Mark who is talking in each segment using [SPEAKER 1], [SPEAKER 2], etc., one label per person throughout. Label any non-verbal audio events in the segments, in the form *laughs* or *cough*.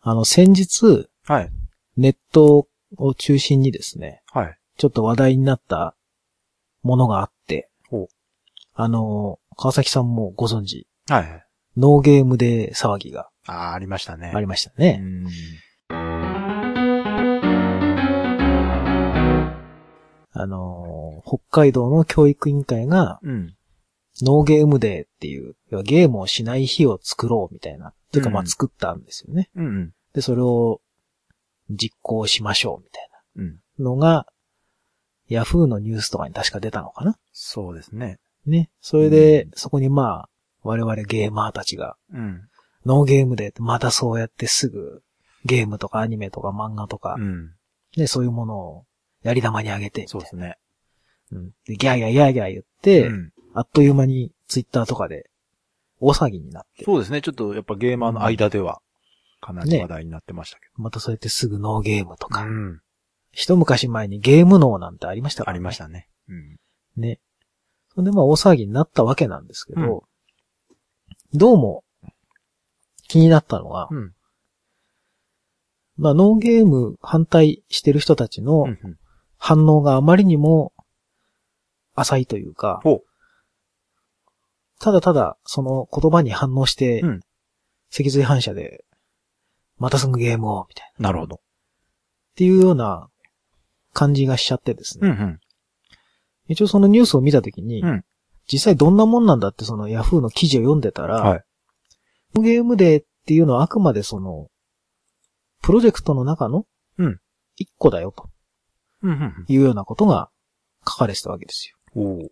[SPEAKER 1] あの、先日、
[SPEAKER 2] はい。
[SPEAKER 1] ネットを中心にですね、
[SPEAKER 2] はい。
[SPEAKER 1] ちょっと話題になったものがあって
[SPEAKER 2] ほう、
[SPEAKER 1] あの、川崎さんもご存知、
[SPEAKER 2] はい。
[SPEAKER 1] ノーゲームで騒ぎが
[SPEAKER 2] ああ、ありましたね。
[SPEAKER 1] ありましたね。
[SPEAKER 2] うん
[SPEAKER 1] あの、北海道の教育委員会が、
[SPEAKER 2] うん。
[SPEAKER 1] ノーゲームデーっていう、要はゲームをしない日を作ろうみたいな、っていうかまあ
[SPEAKER 2] うん
[SPEAKER 1] 作ったんですよね。
[SPEAKER 2] うん。うん。
[SPEAKER 1] で、それを実行しましょうみたい
[SPEAKER 2] うん。
[SPEAKER 1] なのが、ヤフーのニュースとかに確か出たのかな
[SPEAKER 2] そうですね。
[SPEAKER 1] ね。それで、
[SPEAKER 2] うん
[SPEAKER 1] そこにまあ、我々ゲーマーたちが、
[SPEAKER 2] うん。
[SPEAKER 1] ノーゲームで、またそうやってすぐ、ゲームとかアニメとか漫画とか、
[SPEAKER 2] うん。
[SPEAKER 1] ね、そういうものを、やり玉にあげてみた
[SPEAKER 2] そ
[SPEAKER 1] いうな
[SPEAKER 2] ですね。
[SPEAKER 1] うんで、ギャーギャーギャーギャー言って、
[SPEAKER 2] うん。
[SPEAKER 1] あっという間に、ツイッターとかで、大騒ぎになって、
[SPEAKER 2] そうですね。ちょっとやっぱゲーマーの間では、かなり話題になってましたけ
[SPEAKER 1] またそうやってすぐノーゲームと
[SPEAKER 2] ど。
[SPEAKER 1] か、
[SPEAKER 2] ん。
[SPEAKER 1] 一昔前にゲーム脳なんてありましたか
[SPEAKER 2] あ
[SPEAKER 1] ら、ね、
[SPEAKER 2] りましたね。うん。
[SPEAKER 1] ね。それでまあ大騒ぎになったわけなんですけど、どうも気になったのが、
[SPEAKER 2] うん。
[SPEAKER 1] まあノーゲーム反対してる人たちの
[SPEAKER 2] うんうん。
[SPEAKER 1] 反応があまりにも浅いというか、
[SPEAKER 2] ほ
[SPEAKER 1] ただただその言葉に反応して、
[SPEAKER 2] うん
[SPEAKER 1] 脊髄反射で、またすぐゲームを、みたいな。
[SPEAKER 2] う。なるほど。
[SPEAKER 1] っていうような感じがしちゃってです
[SPEAKER 2] うん
[SPEAKER 1] ね。
[SPEAKER 2] うん。
[SPEAKER 1] 一応そのニュースを見たときに、
[SPEAKER 2] うん
[SPEAKER 1] 実際どんなもんなんだってそのヤフーの記事を読んでたら、
[SPEAKER 2] はい。
[SPEAKER 1] ゲームデーっていうのはあくまでその、プロジェクトの中の、
[SPEAKER 2] うん。
[SPEAKER 1] 一個だよ、と
[SPEAKER 2] うんうん
[SPEAKER 1] いうようなことが書かれてたわけです
[SPEAKER 2] うん。おー
[SPEAKER 1] よ。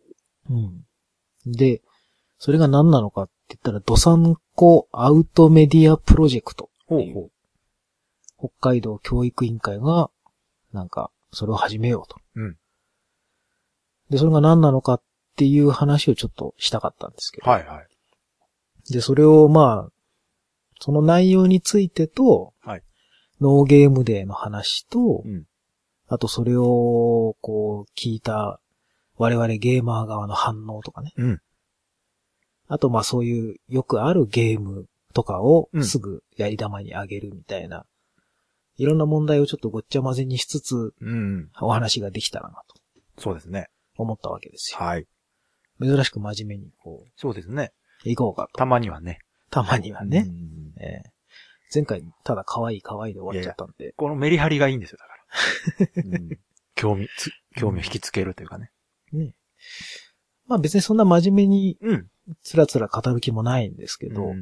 [SPEAKER 1] うん。で、それが何なのかって言ったら、ドサンコアウトメディアプロジェクト
[SPEAKER 2] ほ
[SPEAKER 1] っていう
[SPEAKER 2] ほ
[SPEAKER 1] 北海道教育委員会が、なんか、それを始めようと。
[SPEAKER 2] うん。
[SPEAKER 1] で、それが何なのかっていう話をちょっとしたかったんですけど。
[SPEAKER 2] う。はいはい。
[SPEAKER 1] で、それをまあ、その内容についてと、
[SPEAKER 2] はい
[SPEAKER 1] ノーゲームデーの話と、
[SPEAKER 2] うん
[SPEAKER 1] あとそれを、こう、聞いた、我々ゲーマー側の反応とかね。
[SPEAKER 2] うん
[SPEAKER 1] あとまあそういう、よくあるゲームとかを
[SPEAKER 2] うん
[SPEAKER 1] すぐやり玉にあげるみたいな、いろんな問題をちょっとごっちゃ混ぜにしつつ、
[SPEAKER 2] うんうん。
[SPEAKER 1] お話ができたらなと
[SPEAKER 2] そうですね。
[SPEAKER 1] 思ったわけですよ。
[SPEAKER 2] はい。
[SPEAKER 1] 珍しく真面目にこ
[SPEAKER 2] そうですね。
[SPEAKER 1] う、行こうかと。
[SPEAKER 2] たまにはね。
[SPEAKER 1] たまにはね。
[SPEAKER 2] うん
[SPEAKER 1] ええ前回、ただ可愛い可愛いで終わっちゃったんで。
[SPEAKER 2] このメリハリがいいんですよ、だから。
[SPEAKER 1] *laughs*
[SPEAKER 2] うん興味、つ興味を引きつけるというかね。
[SPEAKER 1] ねまあ別にそんな真面目に
[SPEAKER 2] うん。
[SPEAKER 1] つらつら語る気もないんですけ
[SPEAKER 2] け
[SPEAKER 1] ど、
[SPEAKER 2] ど、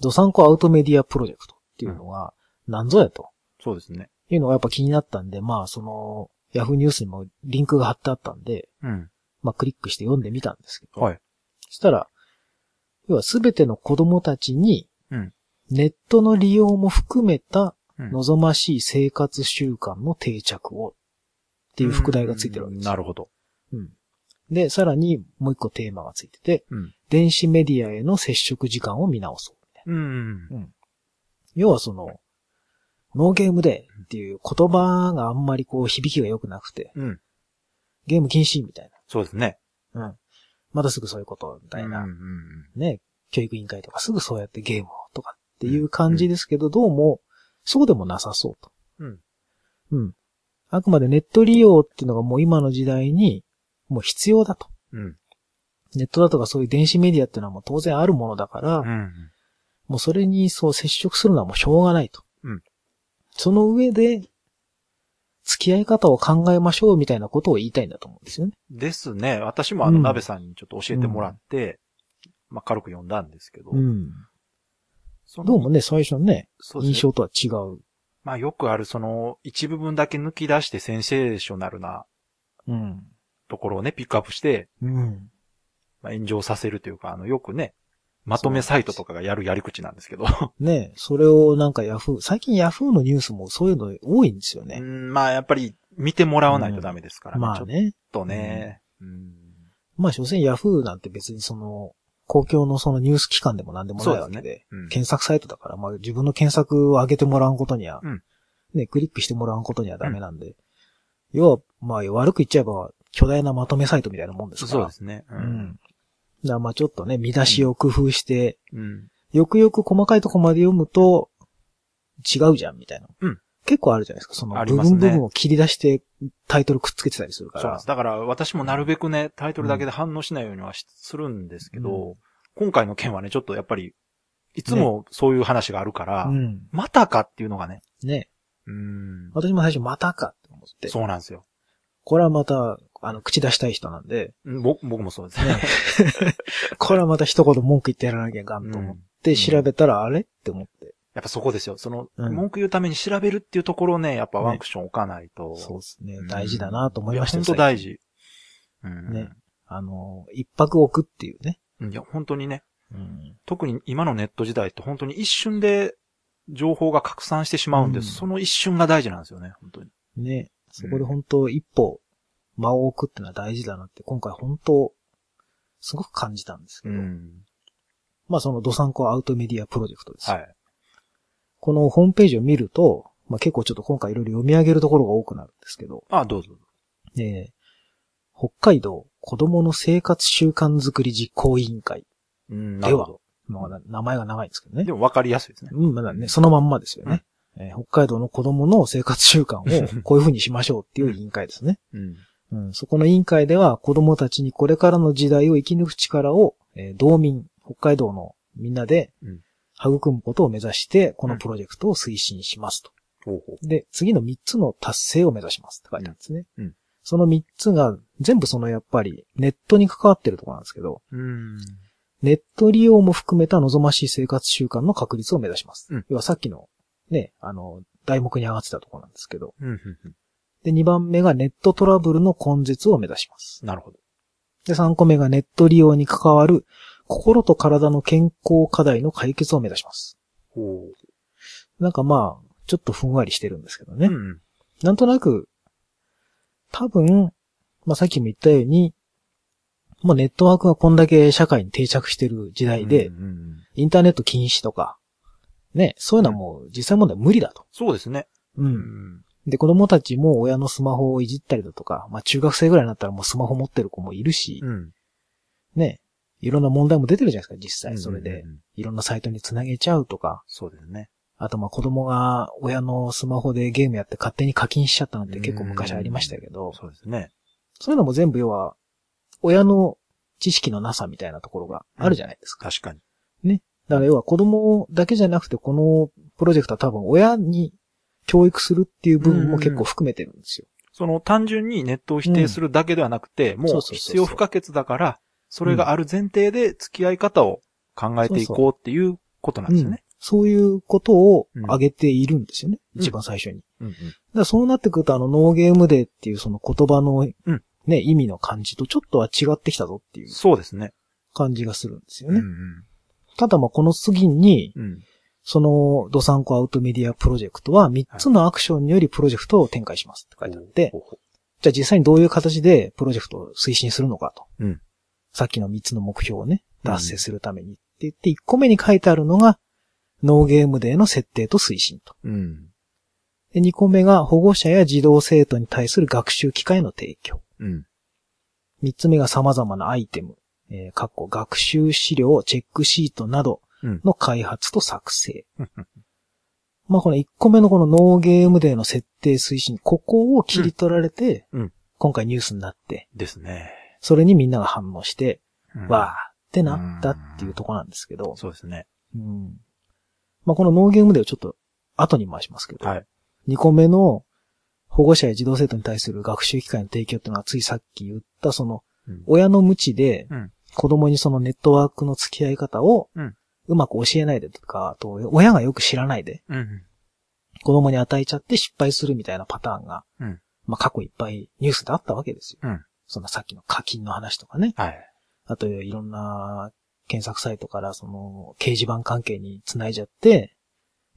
[SPEAKER 1] ドサンコアウトメディアプロジェクトっていうのが何ぞやと
[SPEAKER 2] そうですね。
[SPEAKER 1] いうのがやっぱ気になったんで、まあその、ヤフーニュースにもリンクが貼ってあったんで、
[SPEAKER 2] うん。
[SPEAKER 1] まあクリックして読んでみたんですけど、
[SPEAKER 2] はい。
[SPEAKER 1] そしたら、要はすべての子供たちに
[SPEAKER 2] うん、
[SPEAKER 1] ネットの利用も含めた
[SPEAKER 2] うん
[SPEAKER 1] 望ましい生活習慣の定着をっていう副題がついてるわけですよ
[SPEAKER 2] なるほど。
[SPEAKER 1] うん。で、さらにもう一個テーマがついてて、
[SPEAKER 2] うん
[SPEAKER 1] 電子メディアへの接触時間を見直そうみたいな。
[SPEAKER 2] うん。
[SPEAKER 1] 要はその、ノーゲームでっていう言葉があんまりこう響きが良くなくて、
[SPEAKER 2] うん。
[SPEAKER 1] ゲーム禁止みたい
[SPEAKER 2] そうですね。
[SPEAKER 1] な。うん。またすぐそういうことみたいな、
[SPEAKER 2] うんうんうん
[SPEAKER 1] ね、教育委員会とかすぐそうやってゲームをとかっていう感じですけど、どうも、そうでもなさそうと。
[SPEAKER 2] うん。
[SPEAKER 1] うん。あくまでネット利用っていうのがもう今の時代に、もう必要だと。
[SPEAKER 2] うん。
[SPEAKER 1] ネットだとかそういう電子メディアっていうのはもう当然あるものだから、
[SPEAKER 2] うん。
[SPEAKER 1] もうそれにそう接触するのはもうしょうがないと。
[SPEAKER 2] うん
[SPEAKER 1] その上で、付き合い方を考えましょうみたいなことを言いたいんだと思うんですよね。
[SPEAKER 2] ですね。私もあの、
[SPEAKER 1] うん
[SPEAKER 2] 鍋さんにちょっと教えてもらって、まあ、軽く読んだんですけど。
[SPEAKER 1] ん。
[SPEAKER 2] その
[SPEAKER 1] どうもね、最初のね、
[SPEAKER 2] そうですね
[SPEAKER 1] 印象とは違う。
[SPEAKER 2] まあ、よくある、その、一部分だけ抜き出してセンセーショナルな
[SPEAKER 1] うん。
[SPEAKER 2] ところをね、ピックアップして、
[SPEAKER 1] うん。
[SPEAKER 2] まあ、炎上させるというか、あの、よくね、まとめサイトとかがやるやり口なんですけど。
[SPEAKER 1] ねそれをなんかヤフー、最近ヤフーのニュースもそういうの多いんですよ
[SPEAKER 2] *laughs* う
[SPEAKER 1] ね。
[SPEAKER 2] ん、まあ、やっぱり、見てもらわないとダメですからね。
[SPEAKER 1] まあ
[SPEAKER 2] ちょっ
[SPEAKER 1] ね。
[SPEAKER 2] とね。うん
[SPEAKER 1] まあ、所詮ヤフーなんて別にその、公共のそのニュース機関でも何でもないわけ
[SPEAKER 2] そう
[SPEAKER 1] で、
[SPEAKER 2] うん
[SPEAKER 1] 検索サイトだから、まあ自分の検索を上げてもらうことには、
[SPEAKER 2] うん
[SPEAKER 1] ね、クリックしてもらうことにはダメなんで、要は、まあ悪く言っちゃえば、巨大なまとめサイトみたいなもんですから。
[SPEAKER 2] そうですね。う
[SPEAKER 1] うん。だからまあちょっとね、見出しを工夫して、
[SPEAKER 2] うん。
[SPEAKER 1] よくよく細かいとこまで読むと、違うじゃんみたいな。
[SPEAKER 2] うん
[SPEAKER 1] 結構あるじゃないですか。その
[SPEAKER 2] あり
[SPEAKER 1] 部
[SPEAKER 2] ます
[SPEAKER 1] 分
[SPEAKER 2] ね
[SPEAKER 1] 部分を切り出してタイトルくっつけてたりするか
[SPEAKER 2] そうなん
[SPEAKER 1] ら
[SPEAKER 2] です。。だから私もなるべくね、タイトルだけで反応しないようにはしするんですけど、今回の件はね、ちょっとやっぱり、いつもそういう話があるから、
[SPEAKER 1] うん。
[SPEAKER 2] またかっていうのがね、
[SPEAKER 1] ね。
[SPEAKER 2] うん、
[SPEAKER 1] 私も最初またかって思って。
[SPEAKER 2] そうなんですよ。
[SPEAKER 1] これはまた、あの、口出したい人なんで、
[SPEAKER 2] うん僕僕もそうですね。
[SPEAKER 1] これはまた一言文句言ってやらなきゃいかんと思っ
[SPEAKER 2] う
[SPEAKER 1] て
[SPEAKER 2] ん
[SPEAKER 1] 調べたら、あれって思って。
[SPEAKER 2] やっぱそこですよ。その、
[SPEAKER 1] うん
[SPEAKER 2] 文句言うために調べるっていうところをね、やっぱワンクション置かないと。
[SPEAKER 1] そうですね
[SPEAKER 2] う。ん
[SPEAKER 1] 大事だなと思いました
[SPEAKER 2] や
[SPEAKER 1] よ
[SPEAKER 2] 本当
[SPEAKER 1] 最
[SPEAKER 2] 大
[SPEAKER 1] 近
[SPEAKER 2] 事。うん。
[SPEAKER 1] ねあの、一泊置くっていうね。
[SPEAKER 2] うんいや、本当にね。
[SPEAKER 1] うん。
[SPEAKER 2] 特に今のネット時代って本当に一瞬で情報が拡散してしまうんで、
[SPEAKER 1] うん
[SPEAKER 2] その一瞬が大事なんですよね、本当に。
[SPEAKER 1] ね。そこで本当一歩、間を置くってのは大事だなって、今回本当、すごく感じたんですけど、
[SPEAKER 2] ん。
[SPEAKER 1] まあそのドサンコアウトメディアプロジェクトです。
[SPEAKER 2] はい。
[SPEAKER 1] このホームページを見ると、まあ結構ちょっと今回いろいろ読み上げるところが多くなるんですけど、
[SPEAKER 2] あ、どうぞ。
[SPEAKER 1] えー北海道子供の生活習慣づくり実行委員会。
[SPEAKER 2] うん、
[SPEAKER 1] では。、まあ、名前が長いんですけどね
[SPEAKER 2] で。も分かりやすいですね。
[SPEAKER 1] うん、まだね、そのまんまですよね。えー北海道の子供の生活習慣をこういう風にしましょうっていう委員会ですね。
[SPEAKER 2] うん。
[SPEAKER 1] うん、そこの委員会では子供たちにこれからの時代を生き抜く力を、えー道民、北海道のみんなで
[SPEAKER 2] うん、
[SPEAKER 1] 育むことを目指して、このプロジェクトを推進しますと。
[SPEAKER 2] ほうほう。
[SPEAKER 1] で、次の3つの達成を目指しますって書いてあるんですね。
[SPEAKER 2] うんうん
[SPEAKER 1] その3つが、全部そのやっぱりネットに関わってるところなんですけど、
[SPEAKER 2] うん。
[SPEAKER 1] ネット利用も含めた望ましい生活習慣の確立を目指します。
[SPEAKER 2] うん
[SPEAKER 1] 要はさっきの、ね、あの、題目に上がってたところなんですけど。
[SPEAKER 2] うん、うん。
[SPEAKER 1] で、2番目がネットトラブルの根絶を目指します。
[SPEAKER 2] なるほど。
[SPEAKER 1] で、3個目がネット利用に関わる心と体の健康課題の解決を目指します。
[SPEAKER 2] ほ
[SPEAKER 1] なんかまあ、ちょっとふんわりしてるんですけど
[SPEAKER 2] う。
[SPEAKER 1] ね。
[SPEAKER 2] うん。
[SPEAKER 1] なんとなく、多分、まあさっきも言ったように、もうネットワークがこんだけ社会に定着してる時代で、
[SPEAKER 2] うんうん
[SPEAKER 1] インターネット禁止とか、ね、そういうのはもう実際問題無理だと。
[SPEAKER 2] そうですね。
[SPEAKER 1] う。
[SPEAKER 2] うんん。
[SPEAKER 1] で、子供たちも親のスマホをいじったりだとか、まあ中学生ぐらいになったらもうスマホ持ってる子もいるし、
[SPEAKER 2] うん。
[SPEAKER 1] ね、いろんな問題も出てるじゃないですか、実際それ
[SPEAKER 2] う
[SPEAKER 1] で
[SPEAKER 2] ん。うんうん。
[SPEAKER 1] いろんなサイトにつなげちゃうとか、
[SPEAKER 2] そうですね。
[SPEAKER 1] あとまあ子供が親のスマホでゲームやって勝手に課金しちゃったなんて結構昔ありましたけど、
[SPEAKER 2] そうですね。
[SPEAKER 1] そういうのも全部要は、親の知識のなさみたいなところがあるじゃないですか。
[SPEAKER 2] 確かに。
[SPEAKER 1] だから要は子供だけじゃなくて、このプロジェクトは多分親に教育するっていう部分も結構含めてるんですよ。
[SPEAKER 2] その単純にネットを否定するだけではなくて、も
[SPEAKER 1] そううそうそうそう
[SPEAKER 2] 必要不可欠だから、それがある前提で付き合い方を考えていこうっていうことなんですよね。
[SPEAKER 1] そういうことを挙げているんですよね。
[SPEAKER 2] うん
[SPEAKER 1] 一番最初に。だか
[SPEAKER 2] うんうん
[SPEAKER 1] らそうなってくると、あの、ノーゲームデーっていうその言葉の、
[SPEAKER 2] うん
[SPEAKER 1] ね、意味の感じとちょっとは違ってきたぞっていう
[SPEAKER 2] そうですね。
[SPEAKER 1] 感じがするんですよ
[SPEAKER 2] うん
[SPEAKER 1] ね。ただまあこの次に、
[SPEAKER 2] うんうん
[SPEAKER 1] その、ドサンコアウトメディアプロジェクトは3つのアクションによりプロジェクトを展開しますって書いてあって、
[SPEAKER 2] ほうほう
[SPEAKER 1] じゃあ実際にどういう形でプロジェクトを推進するのかと。
[SPEAKER 2] うん
[SPEAKER 1] さっきの3つの目標をね、
[SPEAKER 2] うん
[SPEAKER 1] 達成するためにって言って、1個目に書いてあるのが、ノーゲームデーの設定と推進と。
[SPEAKER 2] うん。
[SPEAKER 1] で2個目が保護者や児童生徒に対する学習機会の提供。
[SPEAKER 2] うん。 *laughs*
[SPEAKER 1] 3つ目が様々なアイテム、えー、かっこ学習資料、チェックシートなどの開発と作成。
[SPEAKER 2] うん
[SPEAKER 1] まあこの1個目のこのノーゲームデーの設定推進、ここを切り取られて、
[SPEAKER 2] うんうん
[SPEAKER 1] 今回ニュースになって、
[SPEAKER 2] ですね。
[SPEAKER 1] それにみんなが反応して、
[SPEAKER 2] うん
[SPEAKER 1] わーってなったっていうとこなんですけど、
[SPEAKER 2] そうですね。
[SPEAKER 1] うんまあこのノーゲームデーをちょっと後に回しますけど、
[SPEAKER 2] はい。
[SPEAKER 1] 2個目の保護者や児童生徒に対する学習機会の提供っていうのはついさっき言ったその
[SPEAKER 2] うん
[SPEAKER 1] 親の無知で
[SPEAKER 2] うん
[SPEAKER 1] 子供にそのネットワークの付き合い方を
[SPEAKER 2] うん
[SPEAKER 1] うまく教えないでとか、あと親がよく知らないで
[SPEAKER 2] うん。
[SPEAKER 1] 子供に与えちゃって失敗するみたいなパターンが、
[SPEAKER 2] うん
[SPEAKER 1] まあ過去いっぱいニュースであったわけですよ。
[SPEAKER 2] うん
[SPEAKER 1] そのさっきの課金の話とかね。
[SPEAKER 2] はい。
[SPEAKER 1] あといろんな検索サイトからその掲示板関係に繋いじゃって、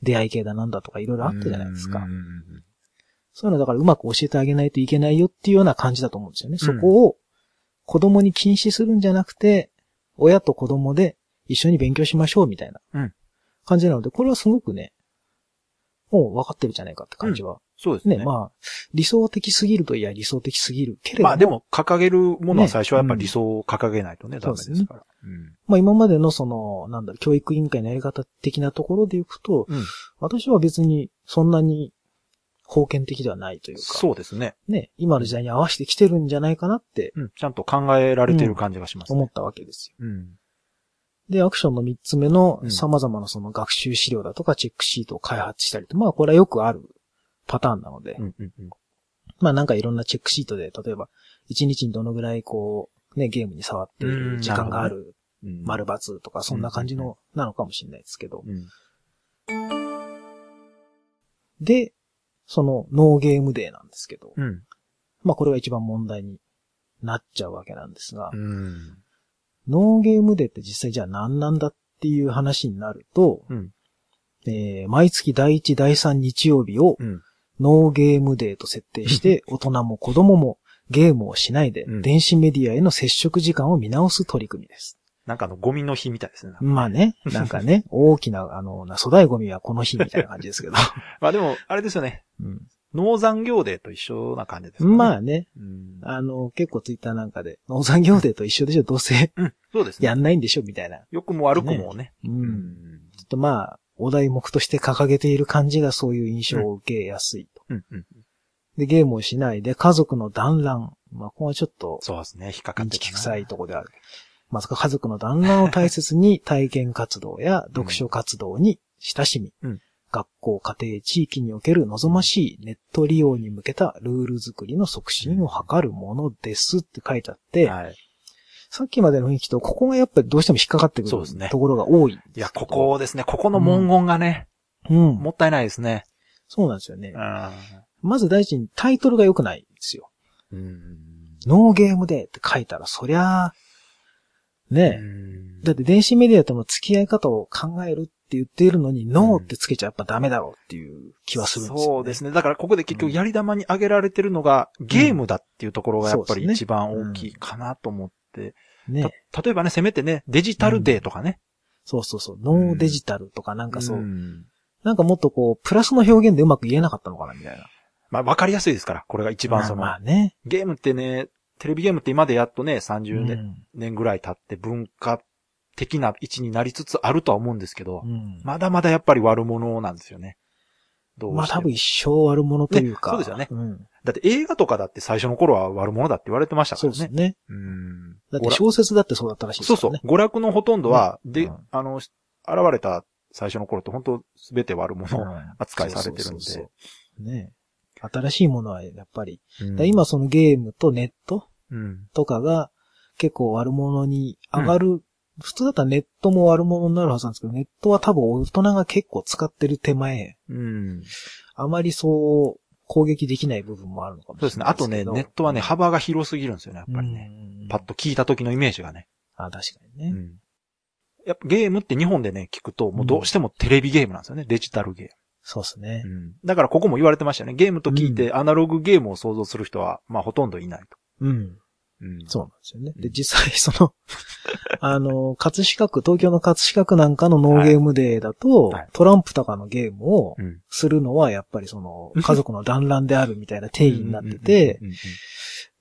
[SPEAKER 1] 出会い系だなんだとかいろいろあったじゃないですか。
[SPEAKER 2] うんうんうん
[SPEAKER 1] そういうのだからうまく教えてあげないといけないよっていうような感じだと思うんですよね。
[SPEAKER 2] う
[SPEAKER 1] そ
[SPEAKER 2] ん
[SPEAKER 1] こを子供に禁止するんじゃなくて、親と子供で一緒に勉強しましょうみたいな
[SPEAKER 2] うん
[SPEAKER 1] 感じなので、これはすごくね、もう分かってるじゃないかって感じは。
[SPEAKER 2] そうです
[SPEAKER 1] ね、
[SPEAKER 2] ね。
[SPEAKER 1] まあ、理想的すぎるといや理想的すぎるけれども、
[SPEAKER 2] まあでも、掲げるもの
[SPEAKER 1] ね
[SPEAKER 2] は最初はやっぱ理想を掲げないとね、ダメですから。
[SPEAKER 1] まあ今までのその、なんだろう、教育委員会のやり方的なところでいくと、
[SPEAKER 2] うん
[SPEAKER 1] 私は別にそんなに封建的ではないといううんか、
[SPEAKER 2] そうですね。
[SPEAKER 1] ね、今の時代に合わせてきてるんじゃないかなって
[SPEAKER 2] うん。ちゃんと考えられてる感じがします
[SPEAKER 1] 思
[SPEAKER 2] ね。
[SPEAKER 1] ったわけですよ。
[SPEAKER 2] うん。
[SPEAKER 1] で、アクションの3つ目の
[SPEAKER 2] うん
[SPEAKER 1] 様々なその学習資料だとかチェックシートを開発したりと、まあこれはよくあるパターンなので、
[SPEAKER 2] うん。うん。うん
[SPEAKER 1] まあなんかいろんなチェックシートで、例えば1日にどのぐらいこう、ね、ゲームに触っている時間がある、
[SPEAKER 2] うん。
[SPEAKER 1] 丸×とかそんな感じの、なのかもしれないですけど、
[SPEAKER 2] うん。
[SPEAKER 1] で、そのノーゲームデーなんですけど、
[SPEAKER 2] うん。
[SPEAKER 1] まあこれが一番問題になっちゃうわけなんですが、
[SPEAKER 2] うん。
[SPEAKER 1] ノーゲームデーって実際じゃあ何なんだっていう話になると、
[SPEAKER 2] うん
[SPEAKER 1] えー毎月第1、第3日曜日を
[SPEAKER 2] うん。
[SPEAKER 1] ノーゲームデーと設定
[SPEAKER 2] *laughs*
[SPEAKER 1] して、大人も子供もゲームをしないで、
[SPEAKER 2] うん
[SPEAKER 1] 電子メディアへの接触時間を見直す取り組みです。
[SPEAKER 2] なんかあの、ゴミの日みたいですね。
[SPEAKER 1] まあね、なんか
[SPEAKER 2] *laughs*
[SPEAKER 1] ね、大きな、あの、な粗大ゴミはこの日みたいな感じですけど。
[SPEAKER 2] まあでも、あれですよね。
[SPEAKER 1] うん
[SPEAKER 2] 農産業デーと一緒な感じですかね。
[SPEAKER 1] まあね、
[SPEAKER 2] うん。
[SPEAKER 1] あの、結構ツイッターなんかで、農産業デーと一緒でしょ、どう
[SPEAKER 2] *laughs*
[SPEAKER 1] せ
[SPEAKER 2] うん。そうですね
[SPEAKER 1] や。んないんでしょ、みたいな。
[SPEAKER 2] 良くも悪くもね。
[SPEAKER 1] う。
[SPEAKER 2] うんん。
[SPEAKER 1] ちょっとまあ、お題目として掲げている感じがそういう印象を受けやすいと。
[SPEAKER 2] うん。うん。
[SPEAKER 1] で、ゲームをしないで、家族の団らん。まあ、ここはちょっと、
[SPEAKER 2] そうですね。引っかかっ
[SPEAKER 1] 認
[SPEAKER 2] て
[SPEAKER 1] 知
[SPEAKER 2] たな
[SPEAKER 1] 臭いとこである。まさか家族の団らんを大切に
[SPEAKER 2] *laughs*
[SPEAKER 1] 体験活動や読書活動に親しみ、
[SPEAKER 2] うん
[SPEAKER 1] 学校、家庭、地域における望ましいネット利用に向けたルール作りの促進を図るものですって書いてあって、
[SPEAKER 2] はい。
[SPEAKER 1] さっきまでの雰囲気と、ここがやっぱりどうしても引っかかってく
[SPEAKER 2] そうですね
[SPEAKER 1] るところが多い。
[SPEAKER 2] いや、ここですね。ここの文言がね、
[SPEAKER 1] うん。
[SPEAKER 2] もったいないですね。
[SPEAKER 1] そうなんですよね
[SPEAKER 2] う。ん。
[SPEAKER 1] まず第一にタイトルが良くないんですよ。
[SPEAKER 2] うん。
[SPEAKER 1] ノーゲームデーって書いたら、そりゃ、ね、
[SPEAKER 2] うん
[SPEAKER 1] だって電子メディアとの付き合い方を考えるって言っているのに、ノーってつけちゃやっぱダメだろうっていう気はするんですよ、ね。
[SPEAKER 2] そうですね。だからここで結局やり玉に挙げられてるのがゲームだっていうところがやっぱり一番大きいかなと思って。
[SPEAKER 1] ね。
[SPEAKER 2] た例えばね、せめてね、デジタルデーとかね。
[SPEAKER 1] そうそうそう。ノーデジタルとかなんかそう。
[SPEAKER 2] ん
[SPEAKER 1] なんかもっとこう、プラスの表現でうまく言えなかったのかなみたいな。
[SPEAKER 2] まあわかりやすいですから、これが一番その
[SPEAKER 1] ま、あね。
[SPEAKER 2] ゲームってね、テレビゲームって今でやっとね、
[SPEAKER 1] う
[SPEAKER 2] 30年
[SPEAKER 1] ん。
[SPEAKER 2] 年ぐらい経って文化的な位置になりつつあるとは思うんですけど
[SPEAKER 1] う、んま
[SPEAKER 2] まだまだやっぱり悪者なんですよね。どう
[SPEAKER 1] あ
[SPEAKER 2] して
[SPEAKER 1] 多
[SPEAKER 2] も
[SPEAKER 1] 分一生悪者というか。
[SPEAKER 2] ねそうですよね
[SPEAKER 1] うん。
[SPEAKER 2] だって映画とかだって最初の頃は悪者だって言われてましたか
[SPEAKER 1] そう
[SPEAKER 2] ら
[SPEAKER 1] です
[SPEAKER 2] ね。
[SPEAKER 1] ね。
[SPEAKER 2] うん。
[SPEAKER 1] だっ
[SPEAKER 2] 娯
[SPEAKER 1] て
[SPEAKER 2] 楽
[SPEAKER 1] 小説だってそうだったらしいです
[SPEAKER 2] そう
[SPEAKER 1] か
[SPEAKER 2] そ
[SPEAKER 1] ら
[SPEAKER 2] う
[SPEAKER 1] ね。。
[SPEAKER 2] 娯楽のほとんどは、
[SPEAKER 1] うん
[SPEAKER 2] で、
[SPEAKER 1] うん
[SPEAKER 2] あの、現れた最初の頃って本当すべて悪者
[SPEAKER 1] うん
[SPEAKER 2] 扱いされてるんで。
[SPEAKER 1] そうそうそうね新しいものはやっぱり。だから
[SPEAKER 2] うん、
[SPEAKER 1] 今そのゲームとネット
[SPEAKER 2] うん。
[SPEAKER 1] とかが結構悪者に上がる、普通だったらネットも悪者になるはずなんですけど、ネットは多分大人が結構使ってる手前、
[SPEAKER 2] うん。
[SPEAKER 1] あまりそう攻撃できない部分もあるのかも
[SPEAKER 2] そう
[SPEAKER 1] し
[SPEAKER 2] です
[SPEAKER 1] れ
[SPEAKER 2] ね。
[SPEAKER 1] ない
[SPEAKER 2] あ
[SPEAKER 1] です
[SPEAKER 2] と
[SPEAKER 1] け
[SPEAKER 2] ね、
[SPEAKER 1] ど。
[SPEAKER 2] ネットはね、幅が広すぎるんですよね、やっぱりね。
[SPEAKER 1] ね
[SPEAKER 2] パッと聞いた時のイメージがね。
[SPEAKER 1] あ、確か
[SPEAKER 2] う
[SPEAKER 1] にね。
[SPEAKER 2] ん。やっぱゲームって日本でね、聞くと、もうどうしてもテレビゲームなんですよね、デジタルゲ
[SPEAKER 1] そうですね
[SPEAKER 2] ー。ム。うん。だからここも言われてましたよね。ゲームと聞いてアナログゲームを想像する人は、まあほとんどいないと。
[SPEAKER 1] うん。
[SPEAKER 2] うん
[SPEAKER 1] そうなんですよね。
[SPEAKER 2] うん
[SPEAKER 1] で、実際その、 *laughs* あの、葛飾区、東京の葛飾区なんかのノーゲームデーだと、
[SPEAKER 2] はい
[SPEAKER 1] トランプとかのゲームを
[SPEAKER 2] うん。
[SPEAKER 1] するのはやっぱりその、家族の団らんであるみたいな定義になってて
[SPEAKER 2] う、んうんうんうん、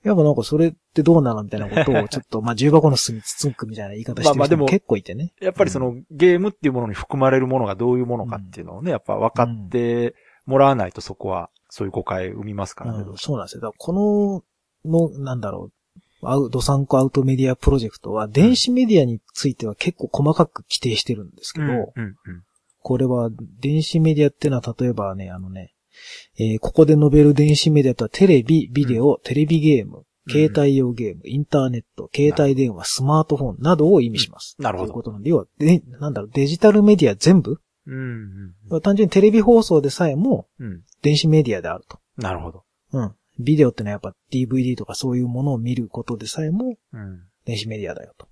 [SPEAKER 1] やっぱなんかそれってどうなのみたいなこと
[SPEAKER 2] *laughs*
[SPEAKER 1] を、ちょっと、まあ、重箱の隅つつくみたいな言い方して
[SPEAKER 2] ま
[SPEAKER 1] る
[SPEAKER 2] あまあで
[SPEAKER 1] 人
[SPEAKER 2] も
[SPEAKER 1] も結構いてね。
[SPEAKER 2] やっぱりそのゲームっていうものに含まれるものがどういうものかっていうのをね、やっぱ分かってもらわないとそこは、そういう誤解生みますからね。
[SPEAKER 1] うんそうなんですよ。だからこの、の、なんだろう、アウドサンコアウトメディアプロジェクトは、電子メディアについては結構細かく規定してるんですけど、
[SPEAKER 2] うんうん
[SPEAKER 1] これは、電子メディアってのは、例えばね、あのね、えーここで述べる電子メディアとは、テレビ、ビデオ、テレビゲーム、
[SPEAKER 2] うん
[SPEAKER 1] 携帯用ゲーム、インターネット、携帯電話、スマートフォンなどを意味します。
[SPEAKER 2] うんなるほど
[SPEAKER 1] ということなんで、要は、で、なんだろう、デジタルメディア全部
[SPEAKER 2] うん。うんうん
[SPEAKER 1] 単純にテレビ放送でさえも
[SPEAKER 2] うん。
[SPEAKER 1] 電子メディアであると。
[SPEAKER 2] なるほど。
[SPEAKER 1] うん。ビデオってのはやっぱ DVD とかそういうものを見ることでさえも
[SPEAKER 2] うん。
[SPEAKER 1] 電子メディアだよと。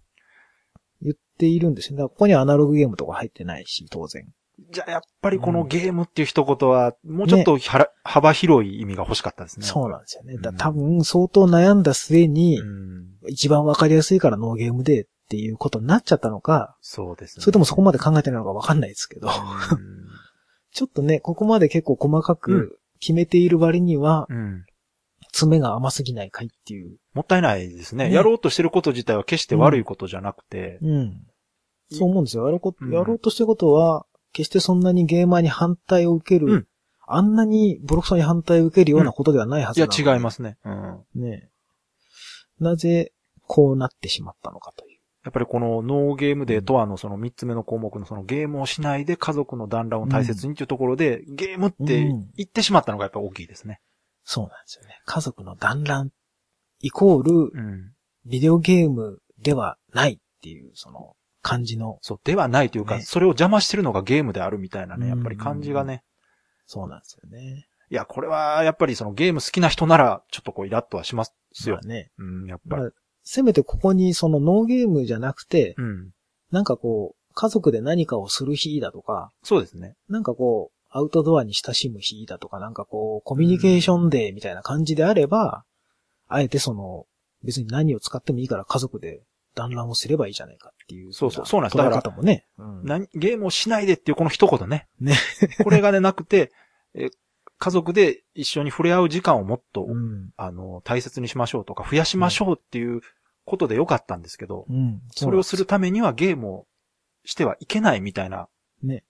[SPEAKER 1] 言っているんですよ。だからここにはアナログゲームとか入ってないし、当然。
[SPEAKER 2] じゃあやっぱりこのゲームっていう一言は、もうちょっとはら、幅広い意味が欲しかったですね。
[SPEAKER 1] そうなん
[SPEAKER 2] ん
[SPEAKER 1] ですよね。だから多分相当悩んだ末に
[SPEAKER 2] う、ん。
[SPEAKER 1] 一番わかりやすいからノーゲームでっていうことになっちゃったのか、
[SPEAKER 2] そうですね。
[SPEAKER 1] それともそこまで考えてないのかわかんないですけど、
[SPEAKER 2] うん
[SPEAKER 1] ちょっとね、ここまで結構細か
[SPEAKER 2] うん
[SPEAKER 1] く決めている割には、
[SPEAKER 2] うん。
[SPEAKER 1] 爪が甘すぎないかいっていう。
[SPEAKER 2] もったいないですね。
[SPEAKER 1] ね
[SPEAKER 2] やろうとしてること自体は決して悪いことじゃなくて、
[SPEAKER 1] うん。そう思うんですよ。やろうこ
[SPEAKER 2] うん
[SPEAKER 1] やろうとしてることは、決してそんなにゲーマーに反対を受ける、
[SPEAKER 2] うん
[SPEAKER 1] あんなにブロクさんに反対を受けるようなことではないはいずな
[SPEAKER 2] や
[SPEAKER 1] ので、
[SPEAKER 2] 違いますね。うん。
[SPEAKER 1] す。ねなぜ、こうなってしまったのかという。
[SPEAKER 2] やっぱりこのノーゲームデーとはのその三つ目の項目のそのゲームをしないで家族の団らんを大切にっていうところで、ゲームって言ってしまったのがやっぱ大きいですね。
[SPEAKER 1] そうなんですよね。家族の団らん、イコール、
[SPEAKER 2] うん。
[SPEAKER 1] ビデオゲームではないっていう、その、感じの、
[SPEAKER 2] そう、ではないというか、
[SPEAKER 1] ね
[SPEAKER 2] それを邪魔してるのがゲームであるみたいなね、やっぱり
[SPEAKER 1] うん
[SPEAKER 2] 感じがね。
[SPEAKER 1] そうなんですよね。
[SPEAKER 2] いや、これはやっぱりそのゲーム好きな人なら、ちょっとこうイラッとはしますよ
[SPEAKER 1] ま。あね。
[SPEAKER 2] うん、やっぱ
[SPEAKER 1] ま
[SPEAKER 2] り。
[SPEAKER 1] あ、せめてここに、その、ノーゲームじゃなくて、
[SPEAKER 2] うん。
[SPEAKER 1] なんかこう、家族で何かをする日だとか、
[SPEAKER 2] そうですね。
[SPEAKER 1] なんかこう、アウトドアに親しむ日だとか、なんかこう、コミュニケーションデーみたいな感じであれば、あえてその、別に何を使ってもいいから家族で団らんをすればいいじゃないかっていう。
[SPEAKER 2] そうそうそうなんです
[SPEAKER 1] 捉え方もね。うん
[SPEAKER 2] 何ゲームをしないでっていうこの一言ね。
[SPEAKER 1] ね
[SPEAKER 2] *laughs* これがね、なくて、え家族で一緒に触れ合う時間をもっと、
[SPEAKER 1] うん。
[SPEAKER 2] あの、大切にしましょうとか、増やしましょうっていうことでよかったんですけど、
[SPEAKER 1] うん。
[SPEAKER 2] それをするためにはゲームをしてはいけないみたいな、
[SPEAKER 1] ね。